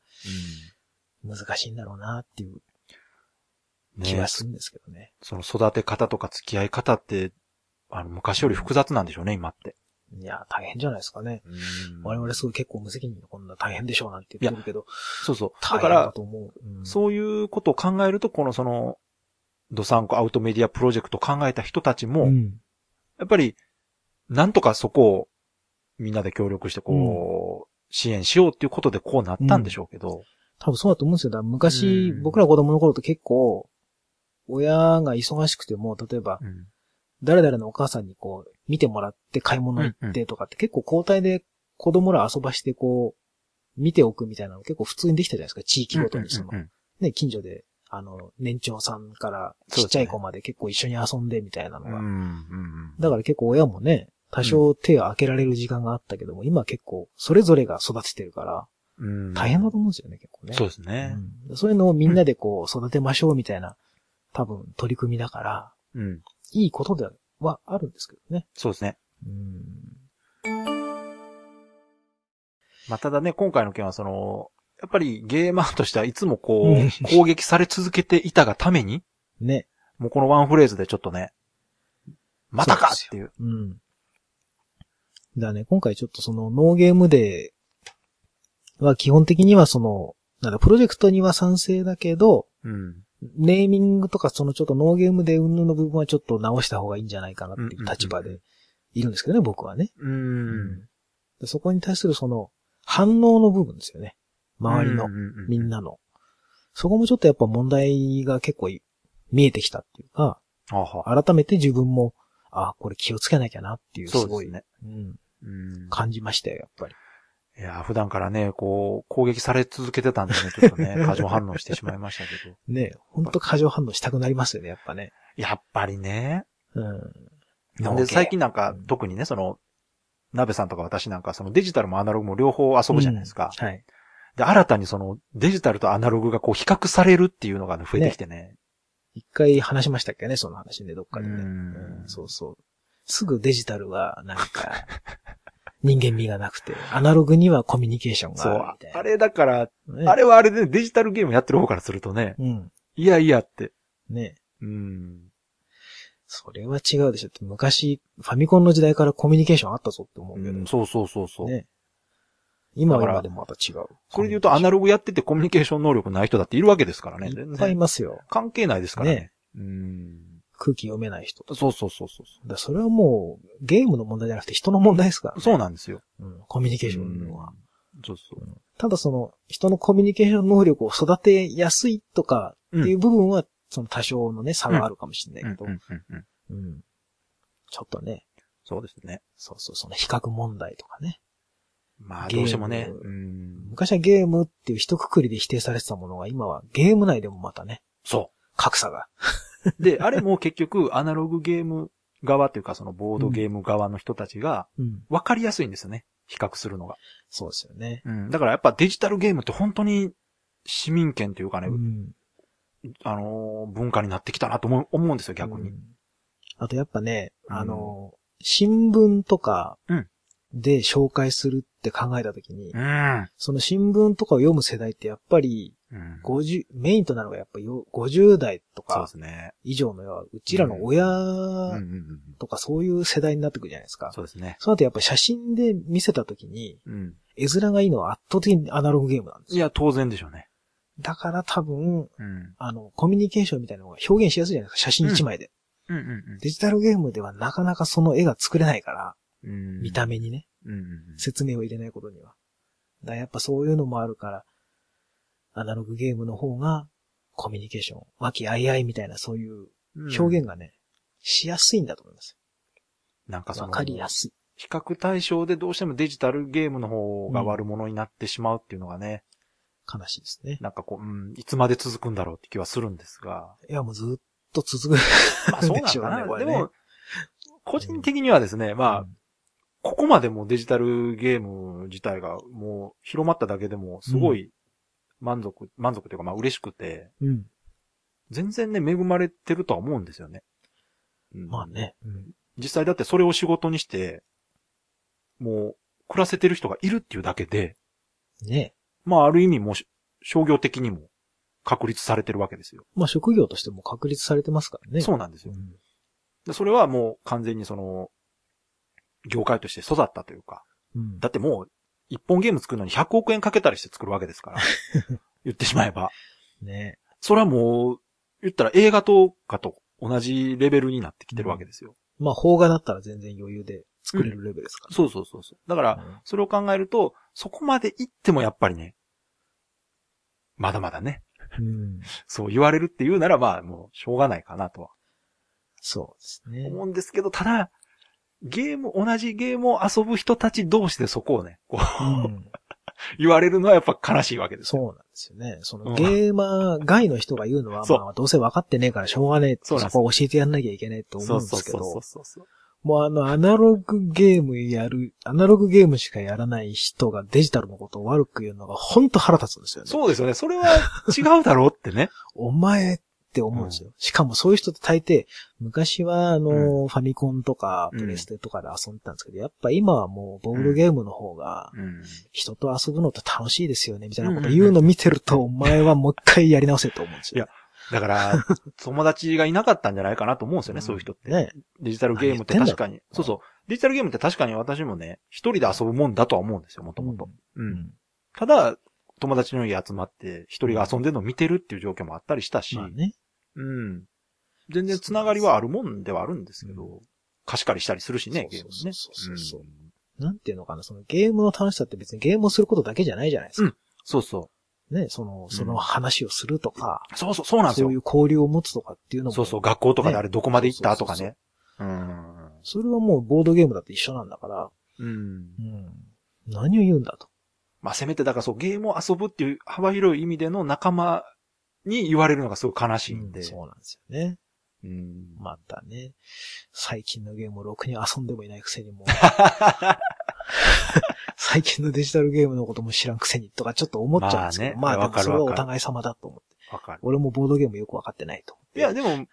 [SPEAKER 1] 難しいんだろうなっていう
[SPEAKER 2] うん
[SPEAKER 1] 気
[SPEAKER 2] ね
[SPEAKER 1] がするんですけどね。
[SPEAKER 2] その育て方とか付き合い方って、あの、昔より複雑なんでしょうね、今って。
[SPEAKER 1] いや、大変じゃないですかね。我々すごい結構無責任でこんな大変でしょうなんて言ってるけど、
[SPEAKER 2] そうそう。だ
[SPEAKER 1] 大
[SPEAKER 2] か
[SPEAKER 1] 変だ
[SPEAKER 2] ら、
[SPEAKER 1] と思う。うん
[SPEAKER 2] そういうことを考えると、このその、ドサンコアウトメディアプロジェクトを考えた人たち
[SPEAKER 1] う
[SPEAKER 2] も、
[SPEAKER 1] ん。
[SPEAKER 2] やっぱり、なんとかそこをみんなで協力してこう、支援しようっていうことでこうなったんでしょうけど。
[SPEAKER 1] 多分そうだと思うんですよ。だから昔、
[SPEAKER 2] うん
[SPEAKER 1] 僕ら子供の頃と結構、親が忙しくても、例えば、
[SPEAKER 2] うん
[SPEAKER 1] 誰々のお母さんにこう、見てもらって買い物行ってとかって結構交代で子供ら遊ばしてこう、見ておくみたいなの結構普通にできたじゃないですか。地域ごとにその
[SPEAKER 2] うんう、んうん
[SPEAKER 1] ね、近所で、あの、年長さんから
[SPEAKER 2] そうですね
[SPEAKER 1] ちっちゃい子まで結構一緒に遊んでみたいなの
[SPEAKER 2] うん
[SPEAKER 1] が。
[SPEAKER 2] うんうん
[SPEAKER 1] だから結構親もね、多少手を開けられる時間があったけども、今結構それぞれが育ててるから、
[SPEAKER 2] うん
[SPEAKER 1] 大変だと思うんですよね、結構ね。
[SPEAKER 2] そうですね。
[SPEAKER 1] うんそういうのをみんなでこう育てましょうみたいな、多分取り組みだから、
[SPEAKER 2] うん。
[SPEAKER 1] いいことではあるんですけどね。
[SPEAKER 2] そうですね。
[SPEAKER 1] うん。
[SPEAKER 2] まあ、ただね、今回の件はその、やっぱりゲーマーとしてはいつもこ
[SPEAKER 1] うん
[SPEAKER 2] う、攻撃され続けていたがために、
[SPEAKER 1] ね。
[SPEAKER 2] もうこのワンフレーズでちょっとね、またかっていう。
[SPEAKER 1] うん。だからね、今回ちょっとそのノーゲームデーは基本的にはその、なんだ、プロジェクトには賛成だけど、
[SPEAKER 2] うん。
[SPEAKER 1] ネーミングとかそのちょっとノーゲームデー云々の部分はちょっと直した方がいいんじゃないかなっていう立場でいるんですけどね、僕はね。
[SPEAKER 2] うん。
[SPEAKER 1] でそこに対するその反応の部分ですよね。周りの
[SPEAKER 2] う、うう
[SPEAKER 1] みん。なの。そこもちょっとやっぱ問題が結構い見えてきたっていうか、
[SPEAKER 2] あは。
[SPEAKER 1] 改めて自分も、あこれ気をつけなきゃなっていう、す
[SPEAKER 2] そう
[SPEAKER 1] ご
[SPEAKER 2] で
[SPEAKER 1] い、
[SPEAKER 2] すね。
[SPEAKER 1] うん、
[SPEAKER 2] うん
[SPEAKER 1] 感じましたよ、やっぱり。
[SPEAKER 2] いやー、普段からね、こう、攻撃され続けてたんでね、ちょっと
[SPEAKER 1] *laughs*
[SPEAKER 2] ね、過剰反応してしまいましたけど。
[SPEAKER 1] ねほんと過剰反応したくなりますよね、やっぱね。
[SPEAKER 2] やっぱりね。
[SPEAKER 1] うん。
[SPEAKER 2] なんで最近なんか
[SPEAKER 1] うん、
[SPEAKER 2] 特にね、その、鍋さんとか私なんか、そのデジタルもアナログも両方遊ぶじゃないですか。
[SPEAKER 1] うんはい。
[SPEAKER 2] で、新たにその、デジタルとアナログがこう、比較されるっていうのがね、増えてきてね。
[SPEAKER 1] 一回話しましたっけね、その話ね、どっかでね。
[SPEAKER 2] うん
[SPEAKER 1] うんそうそう。すぐデジタルは、なんか、 *laughs* 人間味がなくて、アナログにはコミュニケーション
[SPEAKER 2] そう
[SPEAKER 1] があるみたい。な。
[SPEAKER 2] あれだから、
[SPEAKER 1] ね
[SPEAKER 2] あれはあれで、デジタルゲームやってる方からするとね、
[SPEAKER 1] うん。
[SPEAKER 2] いやいやって。
[SPEAKER 1] ね
[SPEAKER 2] うん。
[SPEAKER 1] それは違うでしょって。昔、ファミコンの時代からコミュニケーションあったぞって思うけど。
[SPEAKER 2] うんそうそうそうそう。
[SPEAKER 1] ね。今は
[SPEAKER 2] だから
[SPEAKER 1] 今でもまた違う。
[SPEAKER 2] それで言うと、アナ
[SPEAKER 1] ロ
[SPEAKER 2] ログやっててコミュニケーション能力ない人だっているわけですからね。
[SPEAKER 1] い
[SPEAKER 2] 全
[SPEAKER 1] っぱいい
[SPEAKER 2] 然。
[SPEAKER 1] ますよ。
[SPEAKER 2] 関係ないですからね
[SPEAKER 1] ね
[SPEAKER 2] うん。
[SPEAKER 1] 空気読めない人と。
[SPEAKER 2] そうそうそうそ
[SPEAKER 1] だからそれはもう、ゲームの問題じゃなくて人の問題ですから
[SPEAKER 2] う。そうなんですよ。
[SPEAKER 1] うん、コミュニケーションは。
[SPEAKER 2] そうそう。
[SPEAKER 1] ただその、人のコミュニケーション能力を育てやすいとかっていう部分は、その多少のね、差があるかもしれ
[SPEAKER 2] う
[SPEAKER 1] なんいけど
[SPEAKER 2] う、んうんうん
[SPEAKER 1] うんちょっとね、
[SPEAKER 2] そうですね。
[SPEAKER 1] そうそう、その比較問題とかね。
[SPEAKER 2] まあ、どうしてもね
[SPEAKER 1] ゲー。ム
[SPEAKER 2] うん
[SPEAKER 1] 昔はゲームっていう一括りで否定されてたものが、今はゲーム内でもまたね、
[SPEAKER 2] そ
[SPEAKER 1] 格差が。
[SPEAKER 2] う。で、あれも結局、アナログゲーム側というか、そのボードゲーム側の人たちが、
[SPEAKER 1] うん。
[SPEAKER 2] 分かりやすいんですよね。比較するのが。
[SPEAKER 1] そうですよね。
[SPEAKER 2] うん。だからやっぱデジタルゲームって本当に市民権というかね、
[SPEAKER 1] うん。
[SPEAKER 2] あのー文化になってきたなと思う思うんですよ、逆に。
[SPEAKER 1] うん。あとやっぱね、
[SPEAKER 2] うん
[SPEAKER 1] あの、新聞とか
[SPEAKER 2] うん
[SPEAKER 1] で紹介するって考えたときに、
[SPEAKER 2] うん。
[SPEAKER 1] その新聞とかを読む世代ってやっぱり、
[SPEAKER 2] うん
[SPEAKER 1] 50、メインとなるのがやっぱよ50代と
[SPEAKER 2] そうで
[SPEAKER 1] か
[SPEAKER 2] すね。
[SPEAKER 1] 以上の要は、うちらの親
[SPEAKER 2] うんうんうん。
[SPEAKER 1] とかそういう世代になってくるじゃないですか。
[SPEAKER 2] そうですね。
[SPEAKER 1] そうなるとやっぱ写真で見せたときに、
[SPEAKER 2] うん。
[SPEAKER 1] 絵面がいいのは圧倒的にアナログゲームなんです
[SPEAKER 2] い
[SPEAKER 1] よ。
[SPEAKER 2] や、当然でしょうね。
[SPEAKER 1] だから多分、
[SPEAKER 2] うん。
[SPEAKER 1] あの、コミュニケーションみたいなのが表現しやすいじゃないですか、写真一枚で。
[SPEAKER 2] うんうん
[SPEAKER 1] デジタルゲームではなかなかその絵が作れないから、
[SPEAKER 2] うん。
[SPEAKER 1] 見た目にね、
[SPEAKER 2] うんうんうん。
[SPEAKER 1] 説明を入れないことには。だからやっぱそういうのもあるから、アナログゲームの方が、コミュニケーション、和気あいあいみたいなそういう表現がね、しやすいんだと思います
[SPEAKER 2] なんか
[SPEAKER 1] よ。
[SPEAKER 2] そ
[SPEAKER 1] わ
[SPEAKER 2] の、
[SPEAKER 1] かりやすい。
[SPEAKER 2] 比較対象でどうしてもデジタルゲームの方が悪者になってしまうっていうのがね、
[SPEAKER 1] 悲しいですね。
[SPEAKER 2] なんかこう、うん、いつまで続くんだろうって気はするんです
[SPEAKER 1] *laughs*
[SPEAKER 2] が。
[SPEAKER 1] いや、もうずっと続く。
[SPEAKER 2] まあそうなん
[SPEAKER 1] で
[SPEAKER 2] だ
[SPEAKER 1] しょうねこ
[SPEAKER 2] な。
[SPEAKER 1] れ
[SPEAKER 2] で
[SPEAKER 1] ね
[SPEAKER 2] も、個人的にはですね、まあ、ここまでもうデジタルゲーム自体がもう広まっただけでもすごい満足、満足というかまあ嬉しくて、
[SPEAKER 1] うん。うん。
[SPEAKER 2] 全然ね、恵まれてるとは思うんですよね。うん
[SPEAKER 1] まあ。ね。
[SPEAKER 2] 実際だってそれを仕事にして、もう暮らせてる人がいるっていうだけで、
[SPEAKER 1] ね
[SPEAKER 2] まあある意味もうし商業的にも確立されてるわけですよ。
[SPEAKER 1] まあ職業としても確立されてますからね。
[SPEAKER 2] そうなんですよ
[SPEAKER 1] う。ん
[SPEAKER 2] でそれはもう完全にその、業界として育ったというか、
[SPEAKER 1] うん。
[SPEAKER 2] だってもう、一本ゲーム作るのに100億円かけたりして作るわけですから。言ってしまえば。
[SPEAKER 1] ね
[SPEAKER 2] それはもう、言ったら映画とかと同じレベルになってきてるわけですよ。
[SPEAKER 1] まあ、邦画だったら全然余裕で作れるレベルですから、
[SPEAKER 2] そうそうそうそう。だから、
[SPEAKER 1] うん
[SPEAKER 2] それを考えると、そこまで行ってもやっぱりね、まだまだね、
[SPEAKER 1] うん。
[SPEAKER 2] そう言われるっていうならまあもうしょうがないかなとは
[SPEAKER 1] そうですね。
[SPEAKER 2] 思うんですけど、ただ、ゲーム、同じゲームを遊ぶ人たち同士でそこをね、こう
[SPEAKER 1] うん
[SPEAKER 2] 言われるのはやっぱ悲しいわけです
[SPEAKER 1] そう
[SPEAKER 2] よ。
[SPEAKER 1] なんですよね。その
[SPEAKER 2] うん
[SPEAKER 1] ゲーマー外の人が言うのは、
[SPEAKER 2] そう
[SPEAKER 1] まあどうせ分かってねえからしょうがねえって、
[SPEAKER 2] そ
[SPEAKER 1] そう
[SPEAKER 2] なんです
[SPEAKER 1] こは教えてやんなきゃいけないと思うんで
[SPEAKER 2] そう
[SPEAKER 1] すけ
[SPEAKER 2] そうそ
[SPEAKER 1] ど
[SPEAKER 2] う、そうそう。
[SPEAKER 1] もうあのアナログゲームやる、アナログゲームしかやらない人がデジタルのことを悪く言うのがほんと腹立つんですよね。
[SPEAKER 2] そうですよね。それは違うだろうってね。
[SPEAKER 1] お前って思うんですよ。しかもそういう人って大抵、昔はあの、ファミコンとか
[SPEAKER 2] うん
[SPEAKER 1] プレステとかで遊んでたんですけど、やっぱ今はもうボールゲームの方が、
[SPEAKER 2] うん。
[SPEAKER 1] 人と遊ぶのって楽しいですよね、みたいなこと言うの見てると、お前はもう一回やり直せと思うんですよ。
[SPEAKER 2] だから、友達がいなかったんじゃないかなと思うんですよね、そういう人って。
[SPEAKER 1] ね。
[SPEAKER 2] デジタルゲームって
[SPEAKER 1] 何言ってんだ
[SPEAKER 2] 確かに。そうそう。デジタルゲームって確かに私もね、一人で遊ぶもんだとは思うんですよ、もともと。
[SPEAKER 1] う
[SPEAKER 2] う。
[SPEAKER 1] んん。
[SPEAKER 2] ただ、友達の家集まって、一人が遊んでるのを見てるっていう状況もあったりしたし、
[SPEAKER 1] まあね。
[SPEAKER 2] うん。全然つながりはあるもんではあるんですけど、貸し借りしたりするしね、ゲームね。
[SPEAKER 1] そうそうそうそう
[SPEAKER 2] うん
[SPEAKER 1] なんていうのかな、そのゲームの楽しさって別にゲームをすることだけじゃないじゃないですか。
[SPEAKER 2] そうそ
[SPEAKER 1] ね、その、その話をするとか、
[SPEAKER 2] う。そうそう、そうなんです
[SPEAKER 1] そ
[SPEAKER 2] よ
[SPEAKER 1] うい。う交流を持つとかっていうのも、
[SPEAKER 2] そうそう、学校とかであれどこまで行ったとか
[SPEAKER 1] ね
[SPEAKER 2] ね。うん。
[SPEAKER 1] それはもうボードゲームだって一緒なんだから、
[SPEAKER 2] うん。
[SPEAKER 1] うん。何を言うんだと。
[SPEAKER 2] まあ、せめて、だからそう、ゲームを遊ぶっていう幅広い意味での仲間に言われるのがすごい悲しいんで。
[SPEAKER 1] そうなんですよね。
[SPEAKER 2] うん
[SPEAKER 1] またね、最近のゲームをろくに遊んでもいないくせ
[SPEAKER 2] *laughs*
[SPEAKER 1] にもう、最近のデジタルゲームのことも知らんくせにとかちょっと思っちゃうんですけど、
[SPEAKER 2] ま
[SPEAKER 1] ま
[SPEAKER 2] あ
[SPEAKER 1] あ、
[SPEAKER 2] ね
[SPEAKER 1] でもそれはお
[SPEAKER 2] わかるわかる
[SPEAKER 1] 互い様だと思って。
[SPEAKER 2] わかる。
[SPEAKER 1] 俺もボードゲームよくわかってないと思って。
[SPEAKER 2] いや、でも、ま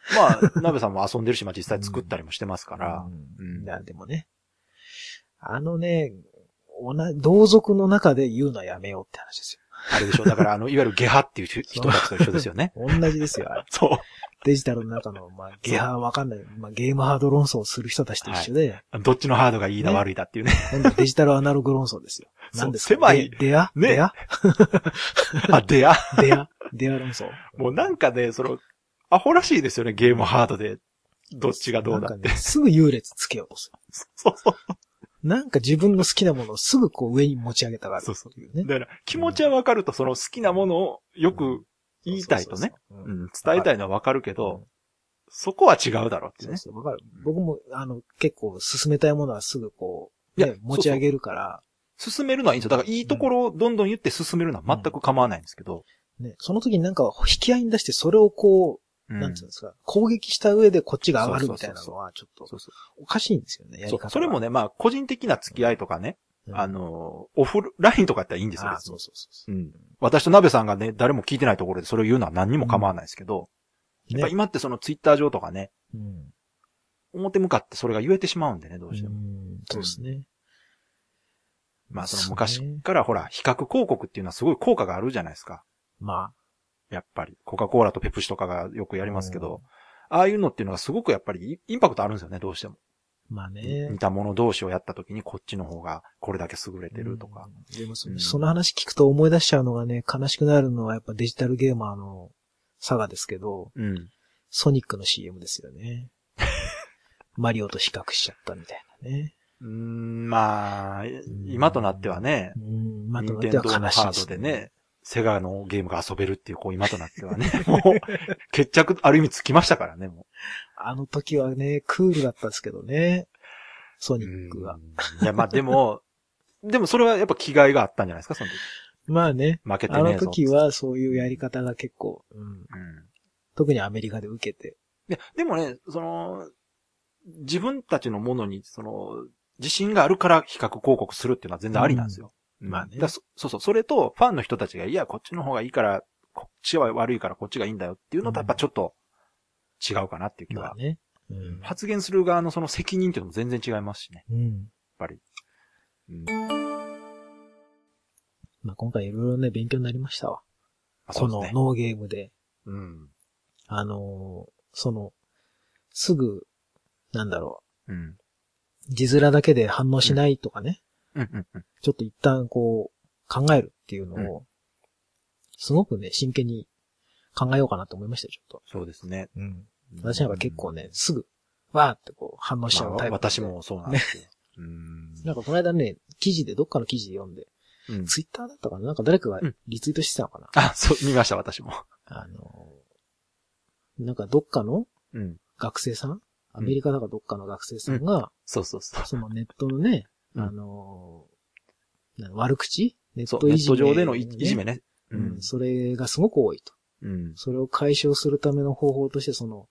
[SPEAKER 2] あ、鍋さんも遊んでるし、まあ実際作ったりもしてますから。
[SPEAKER 1] うん
[SPEAKER 2] うん
[SPEAKER 1] いや、でもね。あのね、同じ、同族の中で言うのはやめようって話です
[SPEAKER 2] あれでしょ。だから、あの、いわゆるゲハっていう人人たちと一緒 *laughs* ですよね。
[SPEAKER 1] よ。同じですよ。あれ
[SPEAKER 2] そ
[SPEAKER 1] デジタルの中の、まあ、ゲハわかんない、まあ、ゲームハード論争をする人たちと一緒で、
[SPEAKER 2] う。どっちのハードがいいだ
[SPEAKER 1] ね
[SPEAKER 2] 悪いだっていうね。
[SPEAKER 1] 今度はデジタルアナログ論争ですよ。
[SPEAKER 2] *laughs* そう
[SPEAKER 1] 何ですか
[SPEAKER 2] 狭い
[SPEAKER 1] でデア
[SPEAKER 2] ね
[SPEAKER 1] デ
[SPEAKER 2] *laughs*
[SPEAKER 1] ア
[SPEAKER 2] *laughs* あ、でや。
[SPEAKER 1] デアデア論争。
[SPEAKER 2] もうなんかね、その、アホらしいですよね、ゲームハードで。どっちがどうだ
[SPEAKER 1] なんかね、すぐ優劣つけようとする。
[SPEAKER 2] そうそう。
[SPEAKER 1] なんか自分の好きなものをすぐこう上に持ち上げたがるっていうね。
[SPEAKER 2] だから、気持ちはわかると、その好きなものをよく言いたい
[SPEAKER 1] そ
[SPEAKER 2] とね。
[SPEAKER 1] ううそうそう。
[SPEAKER 2] ん、伝えたいのはわかるけど、そこは違うだろうって
[SPEAKER 1] そ
[SPEAKER 2] いう
[SPEAKER 1] う
[SPEAKER 2] ね。
[SPEAKER 1] そう、わかる。僕も、あの、結構進めたいものはすぐこう、
[SPEAKER 2] いや
[SPEAKER 1] ね、持ち上げるから、
[SPEAKER 2] 進めるのはいいんですよ。だから、いいところをどんどん言って進めるのは全く構わないんですけど。
[SPEAKER 1] ね、その時になんか引き合いに出してそれをこ
[SPEAKER 2] う
[SPEAKER 1] う、
[SPEAKER 2] ん
[SPEAKER 1] なんていうんですか、攻撃した上でこっちが上がるみたいなのは、ちょっと
[SPEAKER 2] そうそう
[SPEAKER 1] おかしいんですよね、やり
[SPEAKER 2] そ
[SPEAKER 1] 方が
[SPEAKER 2] うそれもね、まあ、個人的な付き合いとかね、
[SPEAKER 1] うん
[SPEAKER 2] あの、オフラインとかやったらいいんですよ。
[SPEAKER 1] あ
[SPEAKER 2] 別に
[SPEAKER 1] そうそうそうう。
[SPEAKER 2] ん。私と鍋さんがね、誰も聞いてないところでそれを言うのは何にも構わないですけど、
[SPEAKER 1] ね
[SPEAKER 2] やっぱ今ってそのツイッター上とかね、
[SPEAKER 1] うん。
[SPEAKER 2] 表向かってそれが言えてしまうんでね、どうしても。
[SPEAKER 1] うんそうですね。
[SPEAKER 2] まあその
[SPEAKER 1] そ
[SPEAKER 2] 昔
[SPEAKER 1] うね
[SPEAKER 2] からほら、比較広告っていうのはすごい効果があるじゃないですか。
[SPEAKER 1] ま
[SPEAKER 2] やっぱり。コカ・コーラとペプシとかがよくやりますけ
[SPEAKER 1] う
[SPEAKER 2] ど、ああいうのっていうのがすごくやっぱりインパクトあるんですよね、どうしても。
[SPEAKER 1] あ、まあね。
[SPEAKER 2] 似たもの同士をやった時にこっちの方がこれだけ優れてるとか。
[SPEAKER 1] うん。でもそ,、
[SPEAKER 2] うん
[SPEAKER 1] その話聞くと思い出しちゃうのがね、悲しくなるのはやっぱデジタルゲーマーのサガですけど、
[SPEAKER 2] うん。
[SPEAKER 1] ソニックの CM ですよ
[SPEAKER 2] *laughs*
[SPEAKER 1] ね。マリオと比較しちゃったみたいなね。
[SPEAKER 2] うーん、まあ、い今となってはね
[SPEAKER 1] う、ん、まあ、
[SPEAKER 2] 任
[SPEAKER 1] となっ
[SPEAKER 2] 天
[SPEAKER 1] て
[SPEAKER 2] 堂
[SPEAKER 1] は
[SPEAKER 2] の
[SPEAKER 1] 悲しい
[SPEAKER 2] ハ
[SPEAKER 1] で
[SPEAKER 2] ード
[SPEAKER 1] す
[SPEAKER 2] でね、セガのゲームが遊べるっていう、こう今となってはね、 *laughs* もう、決着、ある意味つきましたからね、も
[SPEAKER 1] あの時はね、クールだったんですけどね。ソ
[SPEAKER 2] う。
[SPEAKER 1] ニックが。
[SPEAKER 2] いや、まあでも、でもそれはやっぱ気概があったんじゃないですか、その時。
[SPEAKER 1] まあね、
[SPEAKER 2] 負けてね
[SPEAKER 1] あ
[SPEAKER 2] えぞ
[SPEAKER 1] の時。はそういうやり方が結構、うん、
[SPEAKER 2] うん。
[SPEAKER 1] 特にアメリカで受けて。
[SPEAKER 2] いや、でもね、その、自分たちのものに、その、自信があるから比較広告するっていうのは全然ありなんですよ。
[SPEAKER 1] うんまあね
[SPEAKER 2] だからそそうそう、それと、ファンの人たちが、いや、こっちの方がいいから、こっちは悪いからこっちがいいんだよっていうのと、やっぱちょっと違うかなっていう気
[SPEAKER 1] まあ
[SPEAKER 2] は。
[SPEAKER 1] ね。うん。
[SPEAKER 2] 発言する側のその責任っていうのも全然違いますしね。
[SPEAKER 1] うん。
[SPEAKER 2] やっぱり。うん
[SPEAKER 1] まあ今回いろいろね、勉強になりましたわ。
[SPEAKER 2] あそ
[SPEAKER 1] こ
[SPEAKER 2] うです
[SPEAKER 1] の
[SPEAKER 2] ね。
[SPEAKER 1] ノーゲームで。
[SPEAKER 2] うん。
[SPEAKER 1] あのーその、すぐ、なんだろ
[SPEAKER 2] うん。
[SPEAKER 1] う、字面だけで反応しないとかね、
[SPEAKER 2] うんうんうん。
[SPEAKER 1] ちょっと一旦こう、考えるっていうのを、すごくね、真剣に考えようかなと思いましたよ、ちょっと。
[SPEAKER 2] そうですね。
[SPEAKER 1] うん。私なんか結構ね、すぐ、わーってこう、反応しちゃ
[SPEAKER 2] ま
[SPEAKER 1] う
[SPEAKER 2] あ
[SPEAKER 1] タイプ、
[SPEAKER 2] 私。もそうなんですよ。うん。
[SPEAKER 1] *laughs* なんかこの間ね、記事で、どっかの記事で読んで、
[SPEAKER 2] うん
[SPEAKER 1] ツイッターだったかななんか誰かが
[SPEAKER 2] うん
[SPEAKER 1] リツイートしてたのかな、
[SPEAKER 2] あ、そう、見ました、私も。
[SPEAKER 1] あのーなんかどっかの
[SPEAKER 2] うん。
[SPEAKER 1] 学生さんアメリカだかどっかの学生さんが、
[SPEAKER 2] そうそうそう。
[SPEAKER 1] そのネットのね、
[SPEAKER 2] うん
[SPEAKER 1] あのーな悪口ネッ
[SPEAKER 2] そう、
[SPEAKER 1] ト
[SPEAKER 2] ネ
[SPEAKER 1] い
[SPEAKER 2] ッ
[SPEAKER 1] じめ、
[SPEAKER 2] ト上でのいいじめ。ね。
[SPEAKER 1] うん、それがすごく多いと。
[SPEAKER 2] うん。
[SPEAKER 1] それを解消するための方法として、その、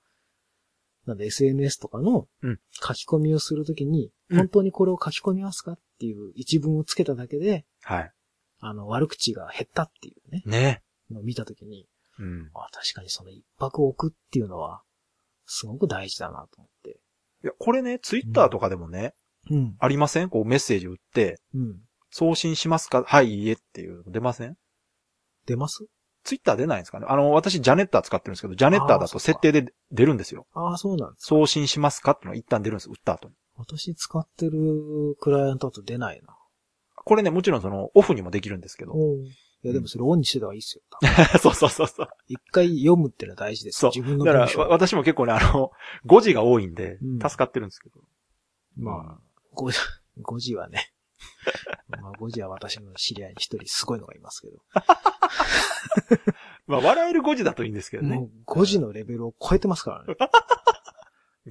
[SPEAKER 1] なんだ、SNS とかの
[SPEAKER 2] うん
[SPEAKER 1] 書き込みをするときに、
[SPEAKER 2] うん
[SPEAKER 1] 本当にこれを書き込みますかっていう一文をつけただけで、
[SPEAKER 2] はい。
[SPEAKER 1] あの、悪口が減ったっていうね、
[SPEAKER 2] ね。
[SPEAKER 1] のを見たときに、
[SPEAKER 2] うん。
[SPEAKER 1] あ、確かにその一泊置くっていうのは、すごく大事だなと思って。
[SPEAKER 2] いや、これね、ツイッターとかでもね、
[SPEAKER 1] うん。
[SPEAKER 2] ありませんこうメッセージ打って、
[SPEAKER 1] うん。
[SPEAKER 2] 送信しますかはい、いいえっていう、出ません
[SPEAKER 1] 出ます
[SPEAKER 2] ツイッター出ないんですかねあの、私、ジャネッター使ってるんですけど、ジャネッター
[SPEAKER 1] あー
[SPEAKER 2] だ
[SPEAKER 1] そ
[SPEAKER 2] と
[SPEAKER 1] っか
[SPEAKER 2] 設定で出るんですよ。
[SPEAKER 1] ああ、そうなんです
[SPEAKER 2] 送信しますかっていうのが一旦出るんです、打った後に。
[SPEAKER 1] 私使ってるクライアントだと出ないな。
[SPEAKER 2] これね、もちろんその、オフにもできるんですけど。
[SPEAKER 1] いや、でもそれオンにしてた方がいいっすよ。
[SPEAKER 2] *laughs* そうそうそうそう。
[SPEAKER 1] 一回読むってのは大事です
[SPEAKER 2] そ
[SPEAKER 1] よ。
[SPEAKER 2] う。
[SPEAKER 1] 自分の
[SPEAKER 2] だ
[SPEAKER 1] 文
[SPEAKER 2] から、わ
[SPEAKER 1] 章。
[SPEAKER 2] 私も結構ね、あの、誤字が多いんで
[SPEAKER 1] うん、
[SPEAKER 2] 助かってるんですけど。
[SPEAKER 1] まあ、5時、5時はね。 *laughs* まあ5時は私の知り合いに一人すごいのがいますけど。
[SPEAKER 2] まあ、笑える誤字だといいんですけどね
[SPEAKER 1] も。う5時のレベルを超えてますから *laughs* ね。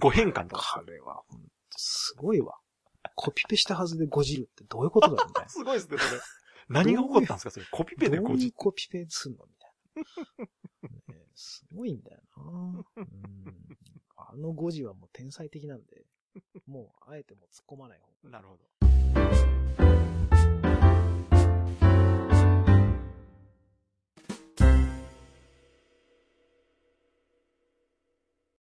[SPEAKER 2] 誤変換とか。
[SPEAKER 1] 彼は、ほんとすごいわ。コピペしたはずで5時るってどういうことだろうみたい
[SPEAKER 2] すごいですね、それ。何が起こったんですか、それ。コピペで
[SPEAKER 1] な。どう
[SPEAKER 2] 5
[SPEAKER 1] いう
[SPEAKER 2] 時。
[SPEAKER 1] コピペすんのみたいな。ねすごいんだよな。うんあの5時はもう天才的なんで、もうあえてもう突っ込まない方が
[SPEAKER 2] なるほど。